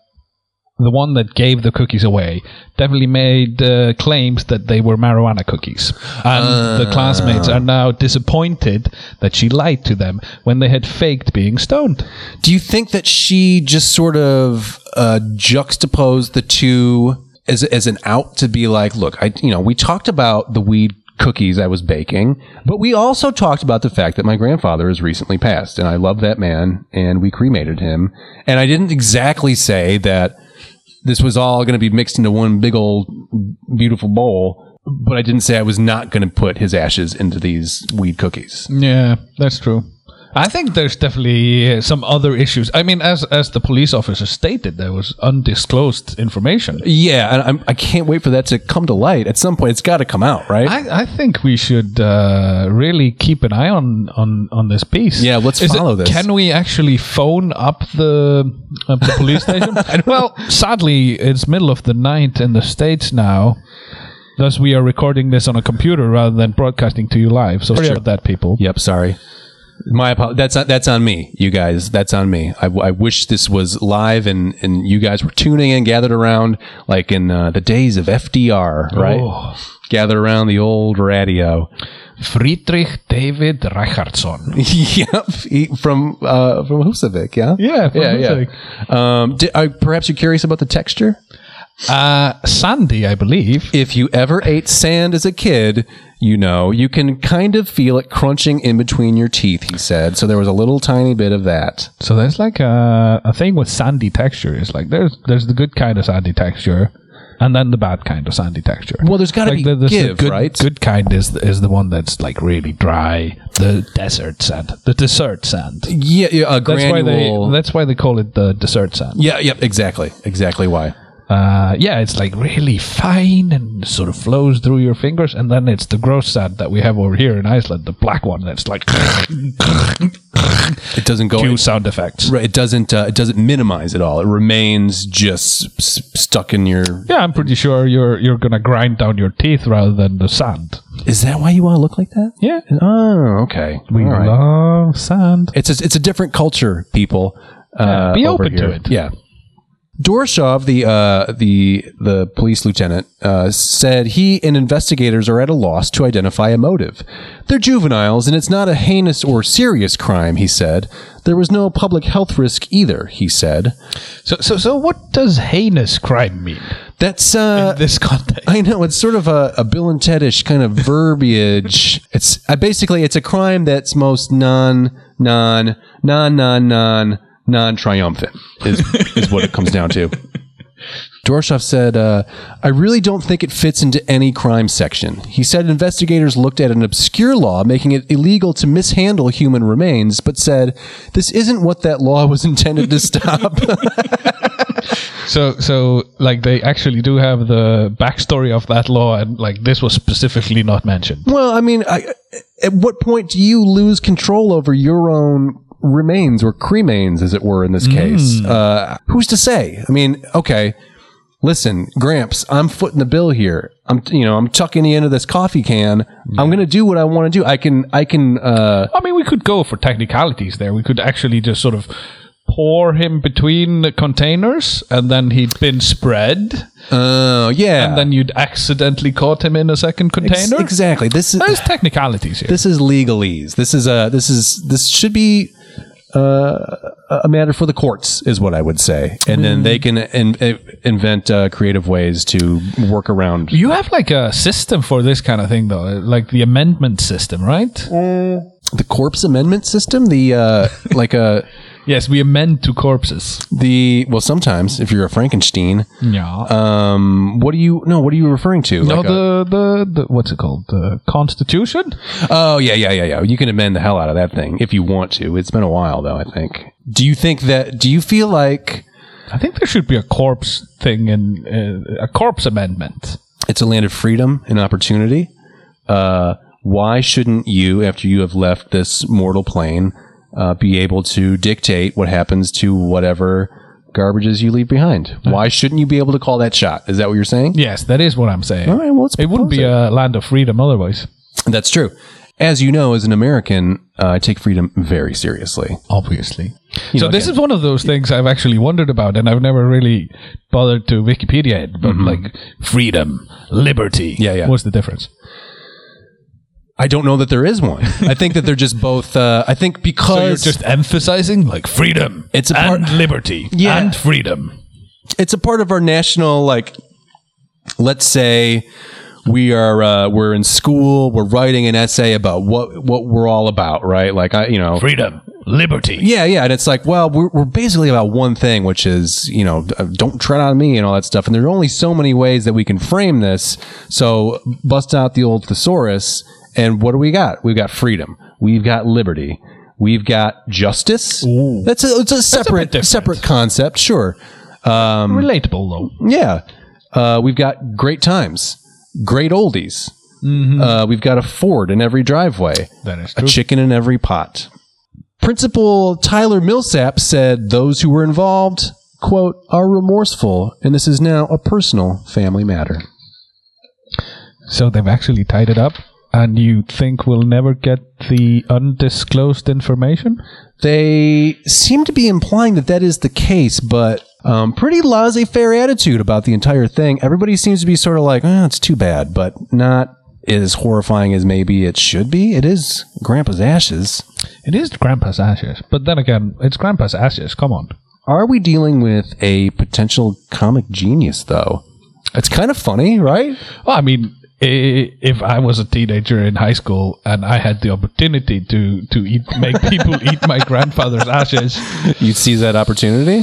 Speaker 7: the one that gave the cookies away definitely made uh, claims that they were marijuana cookies, and the classmates are now disappointed that she lied to them when they had faked being stoned.
Speaker 8: Do you think that she just sort of uh, juxtaposed the two as, as an out to be like, look, I, you know, we talked about the weed cookies I was baking, but we also talked about the fact that my grandfather has recently passed, and I love that man, and we cremated him, and I didn't exactly say that this was all going to be mixed into one big old beautiful bowl. But I didn't say I was not going to put his ashes into these weed cookies.
Speaker 7: Yeah, that's true. I think there's definitely uh, some other issues. I mean, as as the police officer stated, there was undisclosed information.
Speaker 8: Yeah, and I'm, I can't wait for that to come to light. At some point, it's got to come out, right?
Speaker 7: I, I think we should uh, really keep an eye on on, on this piece.
Speaker 8: Yeah, let's follow this.
Speaker 7: Can we actually phone up the up the
Speaker 8: [laughs]
Speaker 7: police station? well, sadly, it's middle of the night in the states now. Thus, we are recording this on a computer rather than broadcasting to you live. So sorry about that, people.
Speaker 8: Yep, sorry. My apo- that's that's on me, you guys. That's on me. I, I wish this was live and, and you guys were tuning in, gathered around like in uh, the days of FDR, right?
Speaker 7: Oh.
Speaker 8: Gathered around the old radio. [laughs]
Speaker 7: Friedrich David Reichardsson.
Speaker 8: yep, he- from uh, from Husavik, yeah,
Speaker 7: Yeah, from
Speaker 8: yeah, yeah. Um, di- uh, perhaps you're curious about the texture.
Speaker 7: Uh, Sandy, I believe.
Speaker 8: If you ever ate sand as a kid, you know you can kind of feel it crunching in between your teeth. He said so. There was a little tiny bit of that.
Speaker 7: So there's like a, a thing with sandy texture. It's like there's there's the good kind of sandy texture, and then the bad kind of sandy texture.
Speaker 8: Well, there's gotta
Speaker 7: Like
Speaker 8: be
Speaker 7: the- the- the
Speaker 8: give,
Speaker 7: good,
Speaker 8: right?
Speaker 7: Good kind is is the one that's like really dry, the desert sand, the dessert sand.
Speaker 8: Yeah, yeah a
Speaker 7: That's why
Speaker 8: granule.
Speaker 7: they that's why they call it the dessert sand.
Speaker 8: Yeah, yep, exactly. Exactly why.
Speaker 7: Uh, yeah, it's like really fine and sort of flows through your fingers, and then it's the gross sand that we have over here in Iceland, the black one
Speaker 8: [laughs]
Speaker 7: that's like
Speaker 8: It doesn't go
Speaker 7: few sound effects.
Speaker 8: Right, it doesn't uh, it doesn't minimize at all. It remains just s- stuck in your
Speaker 7: Yeah, I'm pretty sure you're you're gonna grind down your teeth rather than the sand.
Speaker 8: Is that why you want to look like that?
Speaker 7: Yeah,
Speaker 8: Oh, okay.
Speaker 7: We
Speaker 8: All right.
Speaker 7: love sand.
Speaker 8: It's a, it's a different culture, people.
Speaker 7: Yeah,
Speaker 8: uh,
Speaker 7: be
Speaker 8: over
Speaker 7: open to
Speaker 8: here.
Speaker 7: it.
Speaker 8: Yeah. Dorshov, the uh, the the police lieutenant, uh, said he and investigators are at a loss to identify a motive. They're juveniles, and it's not a heinous or serious crime. He said there was no public health risk either. He said
Speaker 7: So, so, so, what does heinous crime mean
Speaker 8: that's uh,
Speaker 7: in this context?
Speaker 8: [laughs] I know it's sort of a, a Bill and Tedish kind of verbiage. [laughs] it's I basically it's a crime that's most non non non non non non triumphant is is what it comes down to. Dorshov said, uh, I really don't think it fits into any crime section. He said investigators looked at an obscure law making it illegal to mishandle human remains, but said, this isn't what that law was [laughs] intended to stop.
Speaker 7: So, so, like they actually do have the backstory of that law, and like this was specifically not mentioned.
Speaker 8: Well, I mean, I, at what point do you lose control over your own remains or cremains, as it were, in this case? Uh, who's to say? I mean, okay, listen, Gramps, I'm footing the bill here. I'm, you know, I'm tucking you into this coffee can. I'm going to do what I want to do. I can, I can, uh,
Speaker 7: I mean, we could go for technicalities there. We could actually just sort of pour him between the containers, and then he'd been spread,
Speaker 8: uh yeah.
Speaker 7: and then you'd accidentally caught him in a second
Speaker 8: Ex-
Speaker 7: container.
Speaker 8: exactly. This is,
Speaker 7: There's technicalities here.
Speaker 8: this is legalese. This is a this is this should be uh, a matter for the courts, is what I would say, and then they can in, invent uh, creative ways to work around.
Speaker 7: uh, you have like a system for this kind of thing, though, like the amendment system, right?
Speaker 8: the corpse amendment system. The uh, [laughs] like a
Speaker 7: Yes, we amend to corpses.
Speaker 8: the well, sometimes if you're a Frankenstein,
Speaker 7: Yeah.
Speaker 8: um, what do you no? What are you referring to?
Speaker 7: no,
Speaker 8: Like uh, a-
Speaker 7: the, the the what's it called? The Constitution.
Speaker 8: Oh yeah, yeah, yeah, yeah. You can amend the hell out of that thing if you want to. It's been a while though, I think. Do you think that do you feel like
Speaker 7: I think there should be a corpse thing and uh, a corpse amendment.
Speaker 8: it's a land of freedom and opportunity? Uh why shouldn't you, after you have left this mortal plane, uh, be able to dictate what happens to whatever garbages you leave behind? Why shouldn't you be able to call that shot? Is that what you're saying?
Speaker 7: Yes, that is what I'm saying.
Speaker 8: All right, well, let's
Speaker 7: it wouldn't
Speaker 8: propose
Speaker 7: be a land of freedom otherwise.
Speaker 8: That's true. As you know, as an American, uh, I take freedom very seriously.
Speaker 7: Obviously. so
Speaker 8: know,
Speaker 7: this
Speaker 8: again-
Speaker 7: is one of those things I've actually wondered about, and I've never really bothered to Wikipedia it. But like freedom, liberty.
Speaker 8: Mm-hmm. Yeah, yeah.
Speaker 7: What's the difference?
Speaker 8: I don't know that there is
Speaker 7: [laughs]
Speaker 8: one. I think that they're just both. Uh, I think
Speaker 7: So you're
Speaker 8: because
Speaker 7: just emphasizing like freedom.
Speaker 8: It's a
Speaker 7: and
Speaker 8: part-
Speaker 7: liberty.
Speaker 8: Yeah.
Speaker 7: and freedom.
Speaker 8: it's a part of our national like let's say we are uh, we're in school we're writing an essay about what what we're all about right like i you know
Speaker 7: Freedom, liberty.
Speaker 8: yeah yeah and it's like well we're, we're basically about one thing which is you know uh, don't tread on me and all that stuff and there are only so many ways that we can frame this so bust out the old thesaurus and what do we got we've got freedom we've got liberty we've got justice that's a, it's a separate
Speaker 7: different.
Speaker 8: separate concept sure Um,
Speaker 7: Relatable though.
Speaker 8: yeah. Uh, we've got great times, great oldies. Uh, we've got a Ford in every driveway,
Speaker 7: That is
Speaker 8: a
Speaker 7: true.
Speaker 8: chicken in every pot. Principal Tyler Millsap said those who were involved, quote, are remorseful, and this is now a personal family matter.
Speaker 7: So they've actually tied it up, and you think we'll never get the undisclosed information?
Speaker 8: They seem to be implying that that is the case, but um, pretty laissez faire attitude about the entire thing. Everybody seems to be sort of like, oh, it's too bad, but not as horrifying as maybe it should be. It is Grandpa's ashes.
Speaker 7: It is Grandpa's ashes, but then again, it's Grandpa's ashes. Come on.
Speaker 8: Are we dealing with a potential comic genius, though? It's kind of funny, right?
Speaker 7: Well, I mean, i- if I was a teenager in high school and I had the opportunity to to eat, make people eat my grandfather's [laughs] ashes,
Speaker 8: You'd see that opportunity.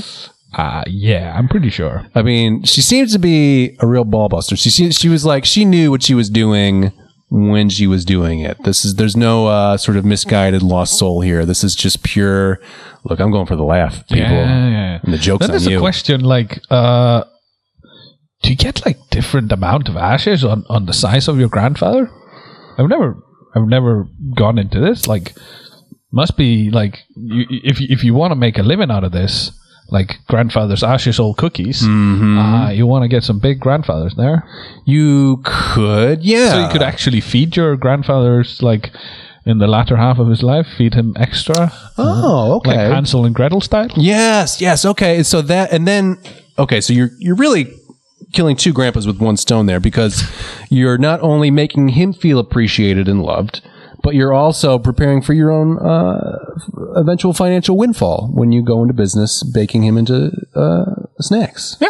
Speaker 7: uh, yeah, I'm pretty sure.
Speaker 8: I mean, she seems to be a real ball buster. She seems, she was like she knew what she was doing when she was doing it. This is there's no uh, sort of misguided lost soul here. This is just pure. Look, I'm going for the laugh, people. And the joke's
Speaker 7: Then
Speaker 8: on
Speaker 7: there's
Speaker 8: you.
Speaker 7: a question like, uh, do you get like different amount of ashes on on the size of your grandfather? I've never I've never gone into this. Like, must be like you, if you- if you want to make a living out of this. Like grandfather's ashes, old cookies.
Speaker 8: Mm-hmm.
Speaker 7: Uh, you want to get some big grandfathers there,
Speaker 8: You could, yeah.
Speaker 7: so you could actually feed your grandfather's like in the latter half of his life, feed him extra,
Speaker 8: Oh, okay.
Speaker 7: like Hansel and Gretel style.
Speaker 8: Yes, yes, okay. So that and then okay, so you're you're really killing two grandpas with one stone there because you're not only making him feel appreciated and loved, but you're also preparing for your own uh, eventual financial windfall when you go into business baking him into uh, snacks.
Speaker 7: Yeah.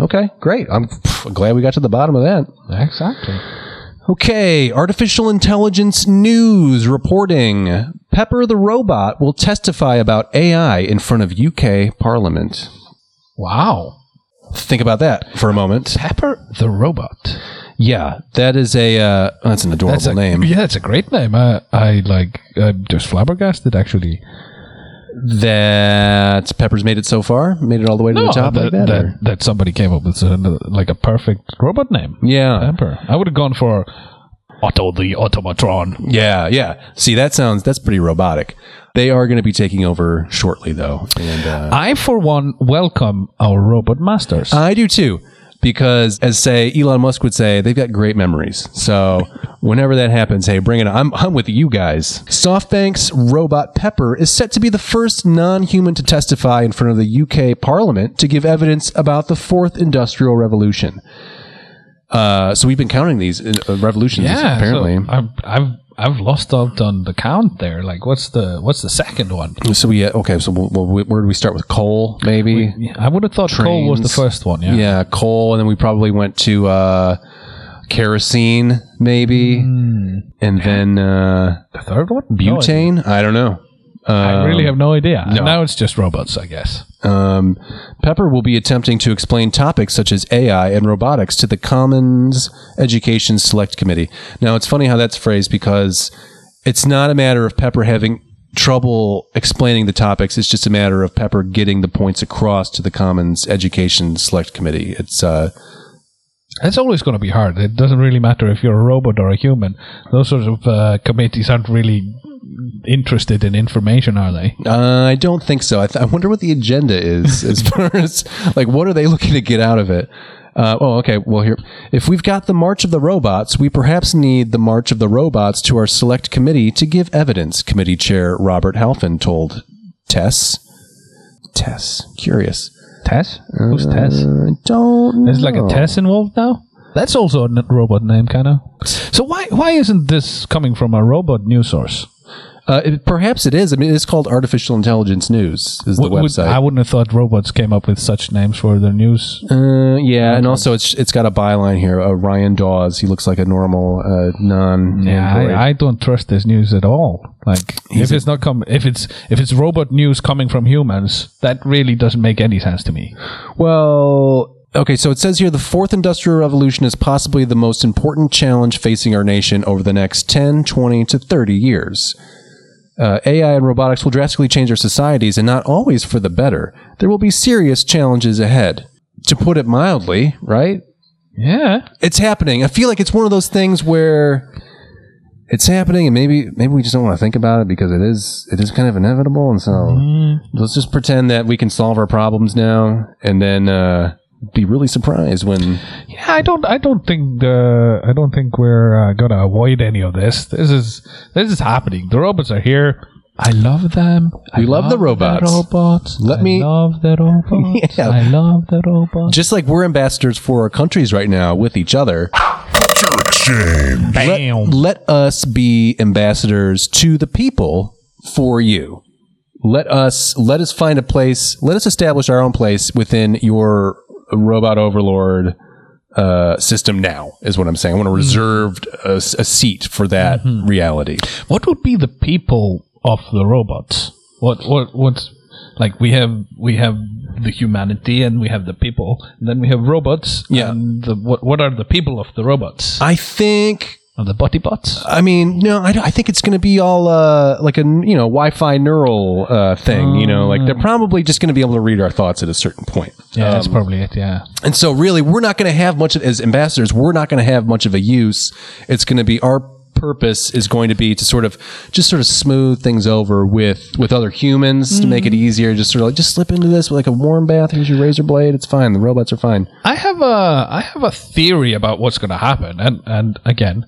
Speaker 8: Okay, great. I'm pff, glad we got to the bottom of that.
Speaker 7: Exactly.
Speaker 8: Okay, artificial intelligence news reporting. Pepper the robot will testify about AI in front of UK Parliament.
Speaker 7: Wow.
Speaker 8: Think about that for a moment.
Speaker 7: Pepper the robot.
Speaker 8: Yeah, that is a uh, that's an adorable
Speaker 7: a,
Speaker 8: name.
Speaker 7: Yeah, it's a great name. I, I like. I'm just flabbergasted, actually.
Speaker 8: That Pepper's made it so far, made it all the way to the top.
Speaker 7: that,
Speaker 8: like that,
Speaker 7: that,
Speaker 8: or-
Speaker 7: that somebody came up with an, like a perfect robot name.
Speaker 8: yeah,
Speaker 7: Pepper. I would have gone for Otto the Automatron.
Speaker 8: yeah, yeah. See, that sounds that's pretty robotic. They are going to be taking over shortly, though, and uh,
Speaker 7: I, for one, welcome our robot masters.
Speaker 8: I do too. Because, as say Elon Musk would say, they've got great memories. So, whenever that happens, hey, bring it on. I'm, I'm with you guys. SoftBank's robot Pepper is set to be the first non-human to testify in front of the UK Parliament to give evidence about the fourth industrial revolution. Uh, so we've been counting these uh, revolutions,
Speaker 7: yeah,
Speaker 8: apparently.
Speaker 7: so I've, I've I've lost out on the count there. Like, what's the what's the second one?
Speaker 8: So, we uh, okay. So we'll, we'll, where do we start with coal? Maybe
Speaker 7: I would have thought coal was the
Speaker 8: Trains.
Speaker 7: first one. Yeah.
Speaker 8: yeah, coal, and then we probably went to uh, kerosene, maybe, and then uh,
Speaker 7: The third one? Hmm. No idea.
Speaker 8: butane. I don't know.
Speaker 7: I really have no idea.
Speaker 8: no.
Speaker 7: Now it's just robots, I guess.
Speaker 8: Um, Pepper will be attempting to explain topics such as AI and robotics to the Commons Education Select Committee. Now, it's funny how that's phrased because it's not a matter of Pepper having trouble explaining the topics. It's just a matter of Pepper getting the points across to the Commons Education Select Committee. It's uh,
Speaker 7: It's always going to be hard. It doesn't really matter if you're a robot or a human. Those sorts of uh, committees aren't really interested in information, are they?
Speaker 8: Uh, I don't think so. I, th- I wonder what the agenda is as [laughs] far as like what are they looking to get out of it. Uh, oh, okay. Well, here, if we've got the March of the Robots, we perhaps need the March of the Robots to our select committee to give evidence. Committee Chair Robert Halfin told Tess. Tess, curious.
Speaker 7: Tess? Who's Tess? Oh.
Speaker 8: I don't.
Speaker 7: There's like a
Speaker 8: know.
Speaker 7: Tess involved now. That's also a n- robot name, kind of. So why why isn't this coming from a robot news source?
Speaker 8: Uh, it, perhaps it is. I mean, it's called Artificial Intelligence News. Is the
Speaker 7: Would- would-
Speaker 8: website?
Speaker 7: I wouldn't have thought robots came up with such names for their news.
Speaker 8: Uh, yeah, and also it's it's got a byline here. Uh, Ryan Dawes. He looks like a normal uh, non.
Speaker 7: Yeah,
Speaker 8: android.
Speaker 7: I, I don't trust this news at all. Like, if it's not com- if it's if it's robot news coming from humans, that really doesn't make any sense to me.
Speaker 8: Well, okay, so it says here the fourth industrial revolution is possibly the most important challenge facing our nation over the next 10, 20 to 30 years. Uh, AI and robotics will drastically change our societies and not always for the better. There will be serious challenges ahead. To put it mildly, right?
Speaker 7: Yeah,
Speaker 8: It's happening. I feel like it's one of those things where it's happening and maybe maybe we just don't want to think about it because it is it is kind of inevitable and so let's just pretend that we can solve our problems now and then uh, be really surprised when
Speaker 7: yeah. I don't I don't think the I don't think we're uh, gonna avoid any of this. This is this is happening. The robots are here. I love them. I
Speaker 8: You love the robots.
Speaker 7: robots.
Speaker 8: Let
Speaker 7: I
Speaker 8: me-
Speaker 7: love the
Speaker 8: [laughs]
Speaker 7: robots.
Speaker 8: Yeah.
Speaker 7: I love the robots.
Speaker 8: just like we're ambassadors for our countries right now with each other
Speaker 9: James.
Speaker 7: Bam.
Speaker 8: let us be ambassadors to the people for you let us let us find a place let us establish our own place within your robot overlord uh, system now is what I'm saying. I want to reserve a, s- a seat for that reality.
Speaker 7: What would be the people of the robots? What what what? Like we have we have the humanity and we have the people, and then we have robots.
Speaker 8: Yeah.
Speaker 7: And the, what what are the people of the robots?
Speaker 8: I think
Speaker 7: Are the body bots?
Speaker 8: I mean, no, I, don't- I think it's going to be all uh, like a you know Wi-Fi neural uh, thing. you know, like they're probably just going to be able to read our thoughts at a certain point.
Speaker 7: Yeah, that's probably it. Yeah.
Speaker 8: And so, really, we're not going to have much of, as ambassadors. We're not going to have much of a use. It's going to be our purpose is going to be to sort of just sort of smooth things over with with other humans to make it easier. Just sort of like just slip into this with like a warm bath. Here's your razor blade. It's fine. The robots are fine.
Speaker 7: I have a I have a theory about what's going to happen, and and again,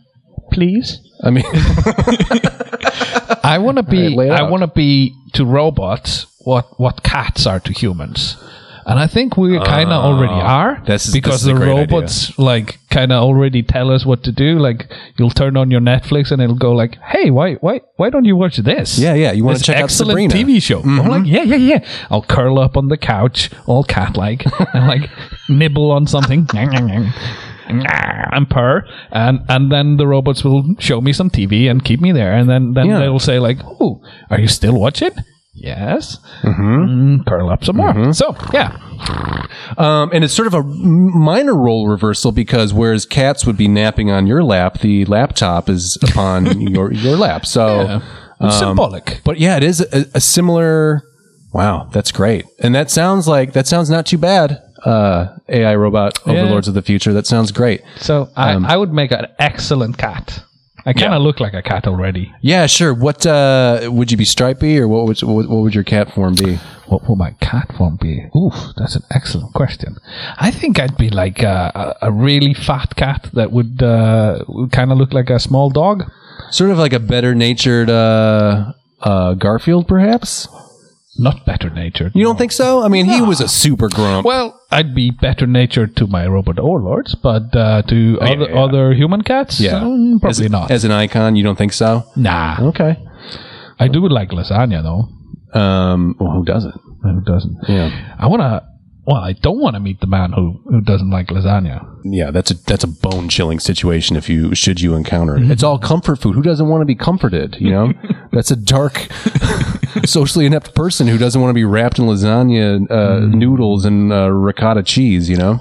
Speaker 7: please
Speaker 8: I mean,
Speaker 7: I want to be.
Speaker 8: All right, lay it
Speaker 7: I
Speaker 8: out.
Speaker 7: want to be to robots what what cats are to humans, and I think we kind of already are.
Speaker 8: Ah, this is- this
Speaker 7: because
Speaker 8: is a
Speaker 7: the
Speaker 8: great idea.
Speaker 7: robots like kind of already tell us what to do. Like you'll turn on your Netflix and it'll go like, "Hey, why why why don't you watch this?
Speaker 8: Yeah, yeah, you wanna
Speaker 7: This
Speaker 8: check out
Speaker 7: excellent
Speaker 8: Sabrina." Mm-hmm.
Speaker 7: TV show? I'm like, yeah, yeah, yeah. I'll curl up on the couch, all cat like,
Speaker 8: [laughs]
Speaker 7: and like nibble on something. and purr, and and then the robots will show me some TV and keep me there, and then then
Speaker 8: Yeah.
Speaker 7: they'll say like, "Oh, are you still watching?" Yes.
Speaker 8: Mm-hmm.
Speaker 7: Mm, curl up some more. So yeah,
Speaker 8: Um, and it's sort of a minor role reversal because whereas cats would be napping on your lap, the laptop is upon your your lap. So, Um,
Speaker 7: It's symbolic.
Speaker 8: but yeah, it is a, a similar. Wow, that's great, and that sounds like that sounds not too bad. Uh, AI robot overlords of the future. That sounds great.
Speaker 7: So I, I would make an excellent cat. I kind of look like a cat already.
Speaker 8: Yeah, sure. What uh, would you be, stripy, or what would what, what would your cat form be?
Speaker 7: What will my cat form be? Oof, that's an excellent question. I think I'd be like a, a, a really fat cat that would, uh, would kind of look like a small dog.
Speaker 8: Sort of like a better natured uh, uh, Garfield, perhaps.
Speaker 7: Not better natured.
Speaker 8: You don't think so? I mean, he was a super grump.
Speaker 7: Well, I'd be better natured to my robot overlords, but uh, to other,
Speaker 8: yeah.
Speaker 7: other human cats,
Speaker 8: Yeah.
Speaker 7: mm,
Speaker 8: as,
Speaker 7: probably not.
Speaker 8: As an icon, you don't think so?
Speaker 7: nah,
Speaker 8: Okay.
Speaker 7: I do like lasagna though.
Speaker 8: Um, well, who doesn't?
Speaker 7: Who doesn't?
Speaker 8: Yeah.
Speaker 7: I wanna well, I don't want to meet the man who, who doesn't like lasagna.
Speaker 8: Yeah, that's a that's a bone chilling situation if you should you encounter it.
Speaker 7: Mhm.
Speaker 8: It's all comfort food. Who doesn't want to be comforted? You
Speaker 7: [laughs]
Speaker 8: know, that's a dark, [laughs] socially inept person who doesn't want to be wrapped in lasagna uh,
Speaker 7: Mm-hmm.
Speaker 8: noodles and uh, ricotta cheese. You know,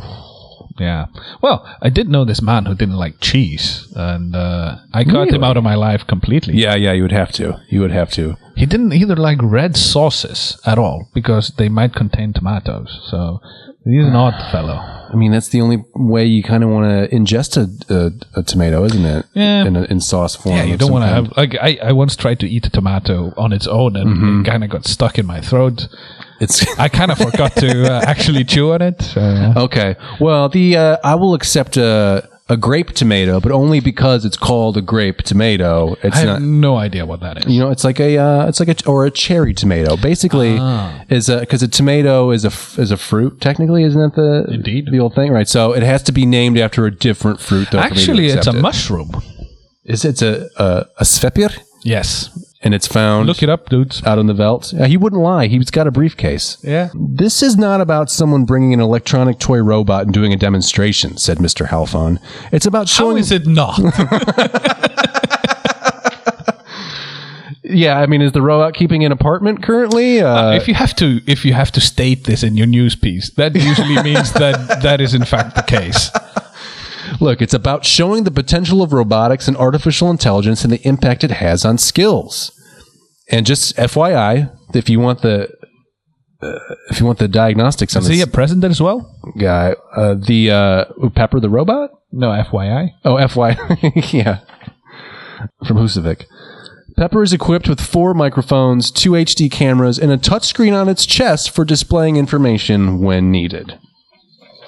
Speaker 7: Yeah. Well, I did know this man who didn't like cheese, and uh, I cut him
Speaker 8: Really?
Speaker 7: out of my life completely.
Speaker 8: yeah, yeah, you would have to. You would have to.
Speaker 7: He didn't either like red sauces at all because they might contain tomatoes. So he's an odd fellow.
Speaker 8: I mean, that's the only way you kind of want to ingest a, a, a tomato, isn't it?
Speaker 7: Yeah.
Speaker 8: In, a, in sauce form.
Speaker 7: Yeah, you
Speaker 8: of
Speaker 7: don't
Speaker 8: some
Speaker 7: want to
Speaker 8: kind.
Speaker 7: have. Like, I, I once tried to eat a tomato on its own and it kind of got stuck in my throat.
Speaker 8: It's [laughs]
Speaker 7: I kind of forgot [laughs] to uh, actually chew on it. So, yeah.
Speaker 8: Okay. Well, the uh, I will accept a a grape tomato, but only because it's called a grape tomato. It's
Speaker 7: I have
Speaker 8: not.
Speaker 7: no idea what that is.
Speaker 8: You know, it's like a uh, it's like a or a cherry tomato. Basically,
Speaker 7: Ah.
Speaker 8: is a because a tomato is a f- is a fruit technically, isn't that the
Speaker 7: Indeed.
Speaker 8: the old thing, right? So it has to be named after a different fruit. Though, for me to
Speaker 7: Actually, it's a
Speaker 8: accept it.
Speaker 7: mushroom.
Speaker 8: Is it's a a, a svepir,
Speaker 7: Yes.
Speaker 8: and it's found
Speaker 7: Look it up, dudes.
Speaker 8: out in the veldt. Yeah, he wouldn't lie. He's got a briefcase.
Speaker 7: Yeah.
Speaker 8: This is not about someone bringing an electronic toy robot and doing a demonstration, said Mr. Halfon. It's about
Speaker 7: How
Speaker 8: showing.
Speaker 7: is it not?
Speaker 8: yeah, I mean, is the robot keeping an apartment currently? Uh,
Speaker 7: if you have to, if you have to state this in your news piece, that [laughs] usually means that that is in fact the case.
Speaker 8: look, it's about showing the potential of robotics and artificial intelligence and the impact it has on skills. And just FYI, if you want the. uh, If you want the diagnostics on
Speaker 7: Is he
Speaker 8: this
Speaker 7: a president as well?
Speaker 8: guy, uh, the uh, Pepper the robot,
Speaker 7: No, FYI.
Speaker 8: Oh, FY. [laughs] yeah. From Husavik. Pepper is equipped with four microphones, two HD cameras, and a touchscreen on its chest for displaying information when needed.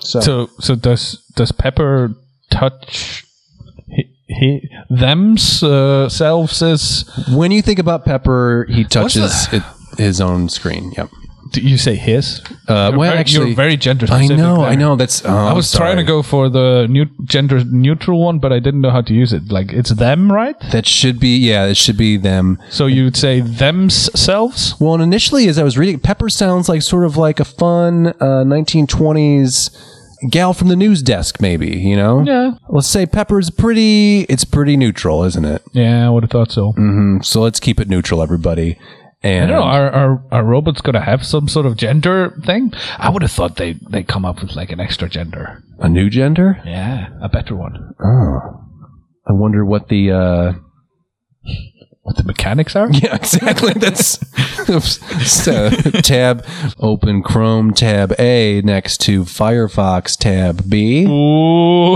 Speaker 7: So, so does does Pepper touch he, he them's uh, selves? As,
Speaker 8: When you think about Pepper, he touches it, his own screen. Yep.
Speaker 7: do you say his?
Speaker 8: Uh,
Speaker 7: You're
Speaker 8: well,
Speaker 7: very-
Speaker 8: actually,
Speaker 7: you're very gender
Speaker 8: I
Speaker 7: specific
Speaker 8: know,
Speaker 7: there.
Speaker 8: I know. That's oh,
Speaker 7: I
Speaker 8: I'm
Speaker 7: was
Speaker 8: sorry.
Speaker 7: trying to go for the new gender neutral one, but I didn't know how to use it. Like it's them, right?
Speaker 8: That should be yeah. It should be them.
Speaker 7: So you'd say themselves.
Speaker 8: Well, and initially, as I was reading, Pepper sounds like sort of like a fun uh, 1920s gal from the news desk, maybe. You know?
Speaker 7: Yeah.
Speaker 8: Let's say Pepper's pretty. It's pretty neutral, isn't it?
Speaker 7: Yeah, I would have thought so.
Speaker 8: So let's keep it neutral, everybody. And
Speaker 7: I don't know. Are, are are robots gonna have some sort of gender thing? I would have thought they they come up with like an extra gender.
Speaker 8: a new gender.
Speaker 7: Yeah, a better one.
Speaker 8: I wonder what the.
Speaker 7: [laughs]
Speaker 8: Uh,
Speaker 7: What the mechanics are?
Speaker 8: yeah, exactly. [laughs] That's so, uh, tab open Chrome tab A next to Firefox tab
Speaker 7: Hmm.
Speaker 8: B.
Speaker 7: [laughs] Ooh,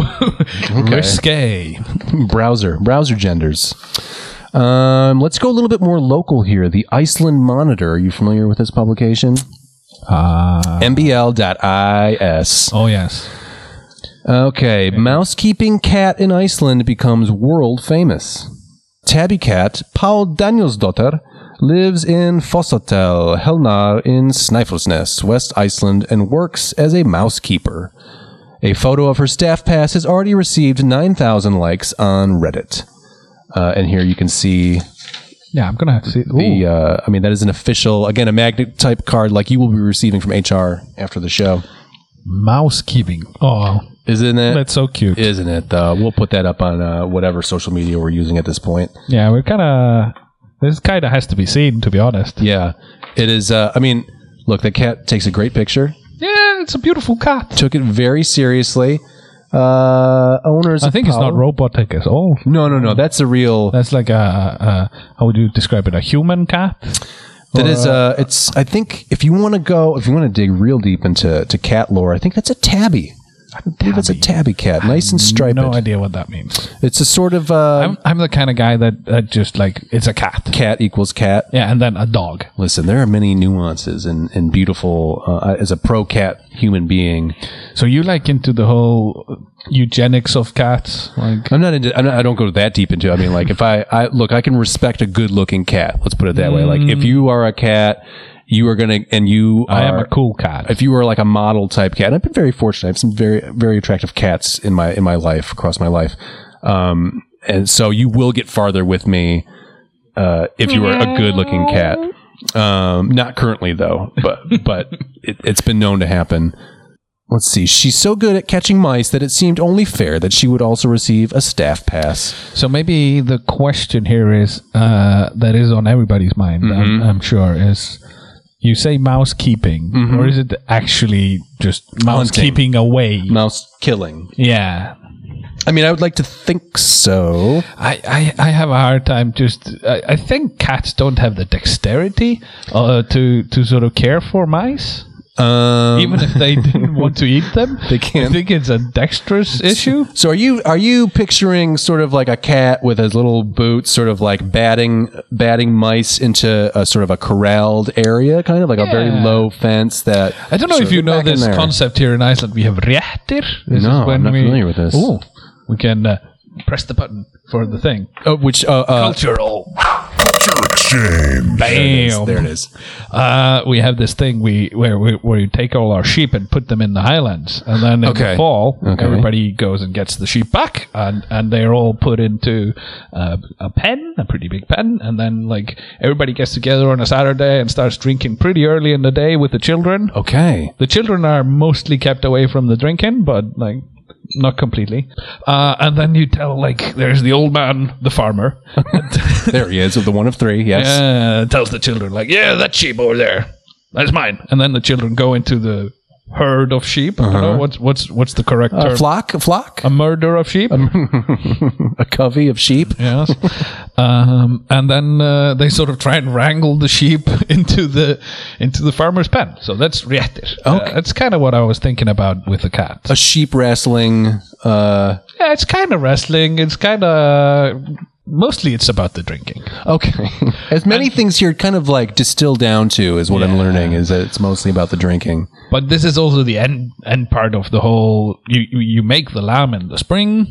Speaker 7: risque.
Speaker 8: Browser browser genders. Um, let's go a little bit more local here. The Iceland Monitor. Are you familiar with this publication?
Speaker 7: Ah,
Speaker 8: MBL.is.
Speaker 7: oh yes.
Speaker 8: Okay, mousekeeping cat in Iceland becomes world famous. Tabby cat Paul Danielsdottir lives in Fossatel, Helnar in Snæfellsnes, West Iceland, and works as a mousekeeper. A photo of her staff pass has already received 9,000 likes on Reddit. Uh, and here you can see
Speaker 7: Yeah, I'm gonna have to see.
Speaker 8: the.
Speaker 7: Ooh.
Speaker 8: Uh, I mean, that is an official, again, a magnet type card like you will be receiving from HR after the show.
Speaker 7: mouse keeping. Oh,
Speaker 8: Isn't it?
Speaker 7: that's so cute.
Speaker 8: isn't it? Though we'll put that up on uh, whatever social media we're using at this point.
Speaker 7: yeah, we're kind of. This kind of has to be seen, to be honest.
Speaker 8: Yeah, it is. Uh, I mean, look, the cat takes a great picture.
Speaker 7: Yeah, it's a beautiful cat.
Speaker 8: Took it very seriously. Uh, owners,
Speaker 7: I think it's not robotic at all.
Speaker 8: No, no, no. That's a real.
Speaker 7: That's like a, a, a how would you describe it? A human cat?
Speaker 8: That is. Uh, it's. I think if you want to go, if you want to dig real deep into to cat lore, I think that's a tabby. I believe it's a tabby cat, nice and striped.
Speaker 7: No idea what that means.
Speaker 8: It's a sort of uh,
Speaker 7: I'm, I'm the kind of guy that, that just like it's a cat.
Speaker 8: cat equals cat.
Speaker 7: Yeah, and then a dog.
Speaker 8: Listen, there are many nuances and and beautiful. Uh, as a pro cat human being,
Speaker 7: So you like into the whole eugenics of cats? Like
Speaker 8: I'm not into. I'm not, I don't go that deep into. it. I mean, like if I, I look, I can respect a good-looking cat. Let's put it that way. Like if you are a cat, you are gonna, and you.
Speaker 7: Mm. I am
Speaker 8: are-
Speaker 7: a cool cat.
Speaker 8: If you are like a model type cat, and I've been very fortunate. I have some very, very attractive cats in my in my life across my life, um, and so you will get farther with me uh, if you are a good-looking [laughs] cat. Um, not currently though, but but it, it's been known to happen. Let's see. She's so good at catching mice that it seemed only fair that she would also receive a staff pass.
Speaker 7: So maybe the question here is uh, that is on everybody's mind.
Speaker 8: Mm-hmm.
Speaker 7: I'm, I'm sure is you say mouse keeping, or is it actually just mouse
Speaker 8: Mm-hmm. Hunting.
Speaker 7: keeping away?
Speaker 8: Mouse killing.
Speaker 7: Yeah,
Speaker 8: I mean, I would like to think so.
Speaker 7: I, I, I have a hard time. Just I, I think cats don't have the dexterity uh, to to sort of care for mice.
Speaker 8: Um,
Speaker 7: Even if
Speaker 8: [laughs]
Speaker 7: they didn't want to eat them,
Speaker 8: They can't.
Speaker 7: I think it's a dexterous issue.
Speaker 8: So are you are you picturing sort of like a cat with his little boots, sort of like batting batting mice into a sort of a corralled area, kind of like a very
Speaker 7: Yeah.
Speaker 8: low fence that
Speaker 7: I don't know
Speaker 8: sort
Speaker 7: if
Speaker 8: of-
Speaker 7: you know
Speaker 8: back in
Speaker 7: this
Speaker 8: there.
Speaker 7: concept here in Iceland. We have réttir. This
Speaker 8: No, I'm not familiar with this.
Speaker 7: Ooh, Oh, we can uh, press the button for the thing.
Speaker 8: Oh, which uh, uh,
Speaker 7: Cultural.
Speaker 9: Change.
Speaker 7: Bam.
Speaker 8: there it is.
Speaker 7: Uh, we have this thing we where we where you take all our sheep and put them in the highlands, and then in
Speaker 8: Okay.
Speaker 7: the fall,
Speaker 8: Okay.
Speaker 7: everybody goes and gets the sheep back, and and they're all put into uh, a pen, a pretty big pen, and then like everybody gets together on a Saturday and starts drinking pretty early in the day with the children.
Speaker 8: Oh. Okay.
Speaker 7: The children are mostly kept away from the drinking, but like not completely. Uh, and then you tell like there's the old man, the farmer,
Speaker 8: There he is with the one of three. Yes.
Speaker 7: uh, tells the children like, yeah, that sheep over there, that's mine. And then the children go into the herd of sheep. I
Speaker 8: Uh-huh.
Speaker 7: don't know what's what's what's the correct
Speaker 8: A
Speaker 7: term.
Speaker 8: flock, a flock,
Speaker 7: a murder of sheep.
Speaker 8: a covey of sheep.
Speaker 7: [laughs] yes. Um, and then uh, they sort of try and wrangle the sheep [laughs] into the into the farmer's pen. So that's reactive. Uh,
Speaker 8: Okay.
Speaker 7: that's kind of what I was thinking about with the cat.
Speaker 8: A sheep wrestling. Uh,
Speaker 7: Yeah, it's kind of wrestling. It's kind of mostly it's about the drinking.
Speaker 8: okay, as many things here kind of like distill down to is what I'm learning is that it's mostly about the drinking.
Speaker 7: But this is also the end end part of the whole. You you, you make the lamb in the spring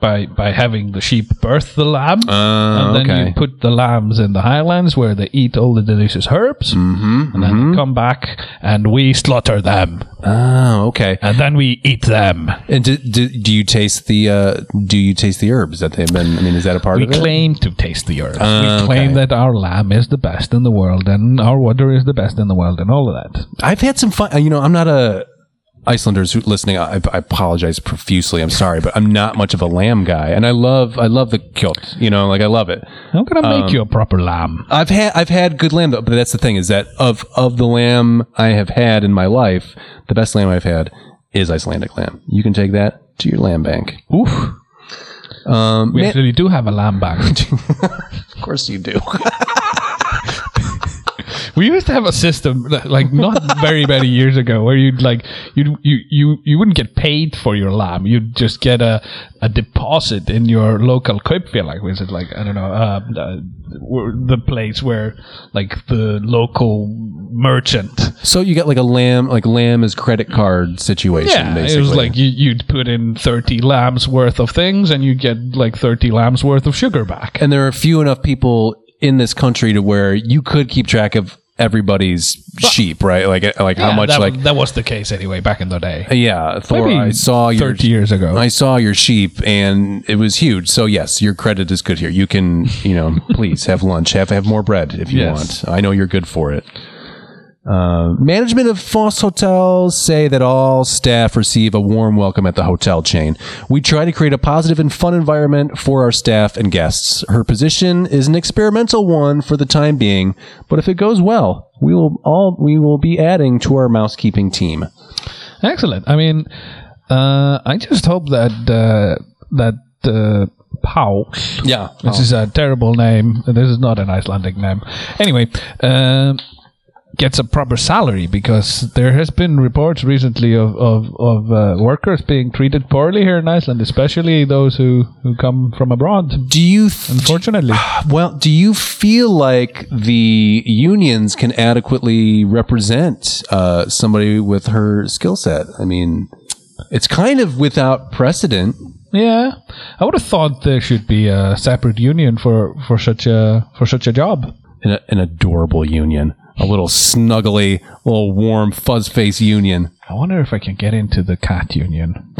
Speaker 7: by by having the sheep birth the lamb, and then
Speaker 8: Ah, okay.
Speaker 7: you put the lambs in the highlands where they eat all the delicious herbs, mm-hmm, and then they come back and we slaughter them,
Speaker 8: Oh, okay.
Speaker 7: and then we eat them.
Speaker 8: And do, do, do you taste the uh, do you taste the herbs that they've been? I mean, is that a part
Speaker 7: We
Speaker 8: of it?
Speaker 7: claim to taste the earth.
Speaker 8: Ah,
Speaker 7: we claim
Speaker 8: okay.
Speaker 7: that our lamb is the best in the world, and our water is the best in the world, and all of that.
Speaker 8: I've had some fun. You know, I'm not a Icelanders who listening. I, I apologize profusely. I'm sorry, but I'm not much of a lamb guy, and I love I love the kilt. You know, like I love it.
Speaker 7: I'm gonna
Speaker 8: Um,
Speaker 7: make you a proper lamb.
Speaker 8: I've had I've had good lamb though, but that's the thing is that of of the lamb I have had in my life, the best lamb I've had is Icelandic lamb. You can take that to your lamb bank.
Speaker 7: Oof.
Speaker 8: Um,
Speaker 7: We
Speaker 8: man-
Speaker 7: actually do have a lamb back.
Speaker 8: [laughs] of course you do.
Speaker 7: [laughs] we used to have a system that, like not very many years ago where you'd like you you you you wouldn't get paid for your lamb. You'd just get a a deposit in your local kaupfélag, which is like I don't know uh, uh, where- the place where like the local merchant
Speaker 8: so you got like a lamb, like lamb is credit card situation.
Speaker 7: Yeah,
Speaker 8: basically.
Speaker 7: it was like you, you'd put in 30 lambs worth of things and you'd get like 30 lambs worth of sugar back.
Speaker 8: and there are few enough people in this country to where you could keep track of everybody's sheep, right? Like like how
Speaker 7: Yeah,
Speaker 8: much
Speaker 7: that,
Speaker 8: like
Speaker 7: that was the case anyway back in the day.
Speaker 8: yeah, Thor,
Speaker 7: Maybe
Speaker 8: I saw your
Speaker 7: 30 years ago.
Speaker 8: I saw your sheep and it was huge. So yes, your credit is good here. You can, you know,
Speaker 7: [laughs]
Speaker 8: please have lunch, have have more bread if you
Speaker 7: Yes.
Speaker 8: want. I know you're good for it. Uh, management of Foss Hotels say that all staff receive a warm welcome at the hotel chain. We try to create a positive and fun environment for our staff and guests. Her position is an experimental one for the time being, but if it goes well, we will all we will be adding to our mousekeeping team.
Speaker 7: Excellent. I mean, uh, I just hope that uh, that uh, Pau,
Speaker 8: Yeah,
Speaker 7: which is a terrible name, this is not an Icelandic name. Anyway, um, gets a proper salary because there has been reports recently of of, of uh, workers being treated poorly here in Iceland, especially those who who come from abroad.
Speaker 8: Do you th- [sighs]
Speaker 7: Unfortunately.
Speaker 8: Well, do you feel like the unions can adequately represent uh, somebody with her skill set? I mean, it's kind of without precedent.
Speaker 7: Yeah, I would have thought there should be a separate union for, for such a for such a job.
Speaker 8: An, an adorable union, a little snuggly, little warm fuzz face union.
Speaker 7: I wonder if I can get into the cat union.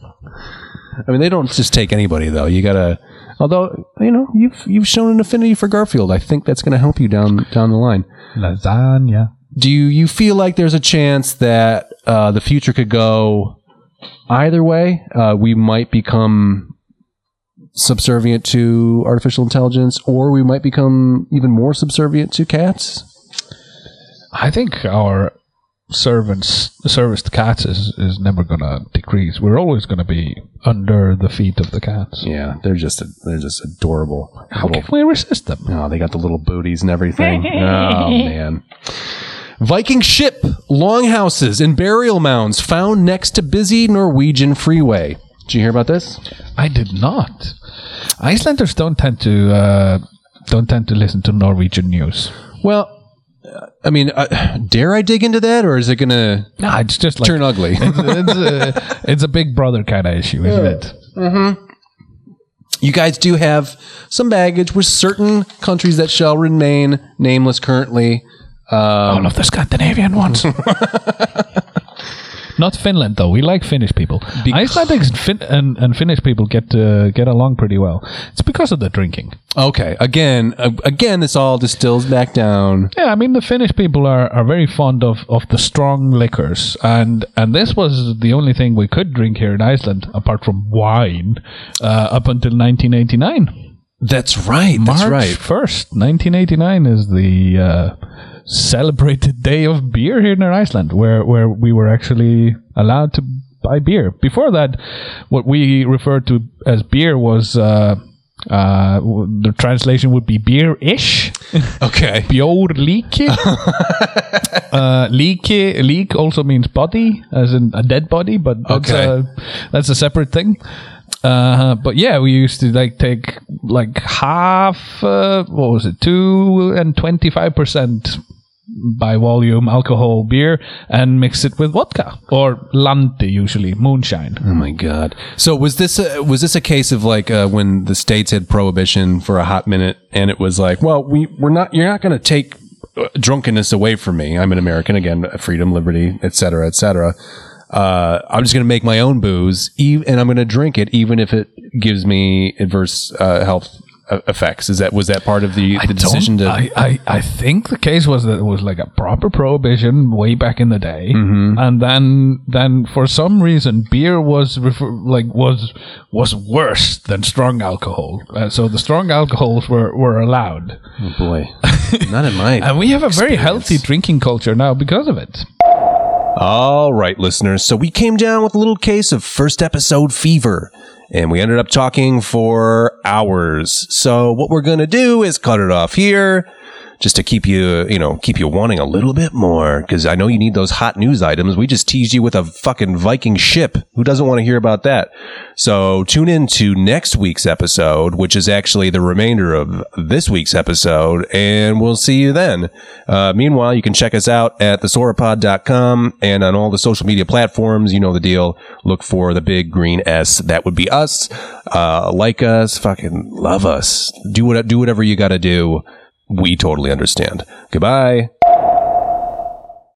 Speaker 8: I mean, they don't just take anybody though. You gotta, although you know, you've you've shown an affinity for Garfield. I think that's going to help you down down the line.
Speaker 7: Lasagna.
Speaker 8: do you feel like there's a chance that uh, the future could go either way? Uh, we might become subservient to artificial intelligence, or we might become even more subservient to cats.
Speaker 7: I think our servants service to cats is, is never going to decrease. We're always going to be under the feet of the cats.
Speaker 8: Yeah, they're just they're just adorable.
Speaker 7: How can we resist them?
Speaker 8: Oh, they got the little booties and everything. oh man. Viking ship, longhouses, and burial mounds found next to busy Norwegian freeway. Did you hear about this?
Speaker 7: I did not. Icelanders don't tend to uh, don't tend to listen to Norwegian news.
Speaker 8: Well, uh, I mean, uh, dare I dig into that, or is it going to
Speaker 7: No, it's just like
Speaker 8: turn ugly?
Speaker 7: [laughs]
Speaker 8: [laughs]
Speaker 7: it's, a, it's a big brother kind of issue, isn't it?
Speaker 8: you guys do have some baggage with certain countries that shall remain nameless currently.
Speaker 7: All of the Scandinavian ones. Not Finland though. We like Finnish people. Icelandics and, fin- and, and Finnish people get uh, get along pretty well. It's because of the drinking.
Speaker 8: Okay, again, uh, again, this all distills back down.
Speaker 7: Yeah, I mean the Finnish people are, are very fond of, of the strong liquors, and and this was the only thing we could drink here in Iceland apart from wine uh, up until 1989.
Speaker 8: That's right.
Speaker 7: March
Speaker 8: that's right.
Speaker 7: first, 1989 is the uh, celebrated [laughs] day of beer here in Iceland, where where we were actually allowed to buy beer. Before that, what we referred to as beer was. Uh, uh, w- the translation would be beer-ish.
Speaker 8: [laughs] Okay.
Speaker 7: Bjor like. uh, like, leak also means body, as in a dead body, but that's,
Speaker 8: Okay.
Speaker 7: a, that's a separate thing. Uh, but yeah, we used to like take like half, uh, what was it, two and 25% by volume alcohol beer and mix it with vodka or lante usually, moonshine.
Speaker 8: Oh my god! So was this a, was this a case of like uh, when the states had prohibition for a hot minute, and it was like, well, we we're not you're not going to take uh, drunkenness away from me. I'm an American again, freedom, liberty, etc., etc. Uh, I'm just going to make my own booze, e- and I'm going to drink it, even if it gives me adverse uh, health uh, effects. Is that was that part of the, the
Speaker 7: don't-
Speaker 8: decision to?
Speaker 7: I, I, I think the case was that it was like a proper prohibition way back in the day,
Speaker 8: Mm-hmm.
Speaker 7: and then then for some reason beer was refer- like was was worse than strong alcohol, uh, so the strong alcohols were were allowed,
Speaker 8: oh boy, not in
Speaker 7: [laughs]
Speaker 8: my
Speaker 7: and we have a very healthy drinking culture now because of it.
Speaker 8: All right, listeners. So we came down with a little case of first episode fever, and we ended up talking for hours. So what we're gonna do is cut it off here, just to keep you, you know, keep you wanting a little bit more, because I know you need those hot news items. We just teased you with a fucking Viking ship. Who doesn't want to hear about that? So tune in to next week's episode, which is actually the remainder of this week's episode, and we'll see you then. Uh, meanwhile, you can check us out at thesauropod.com and on all the social media platforms. You know the deal. Look for the big green S. That would be us. Uh, like us, fucking love us. Do what, do whatever you got to do. We totally understand. Goodbye.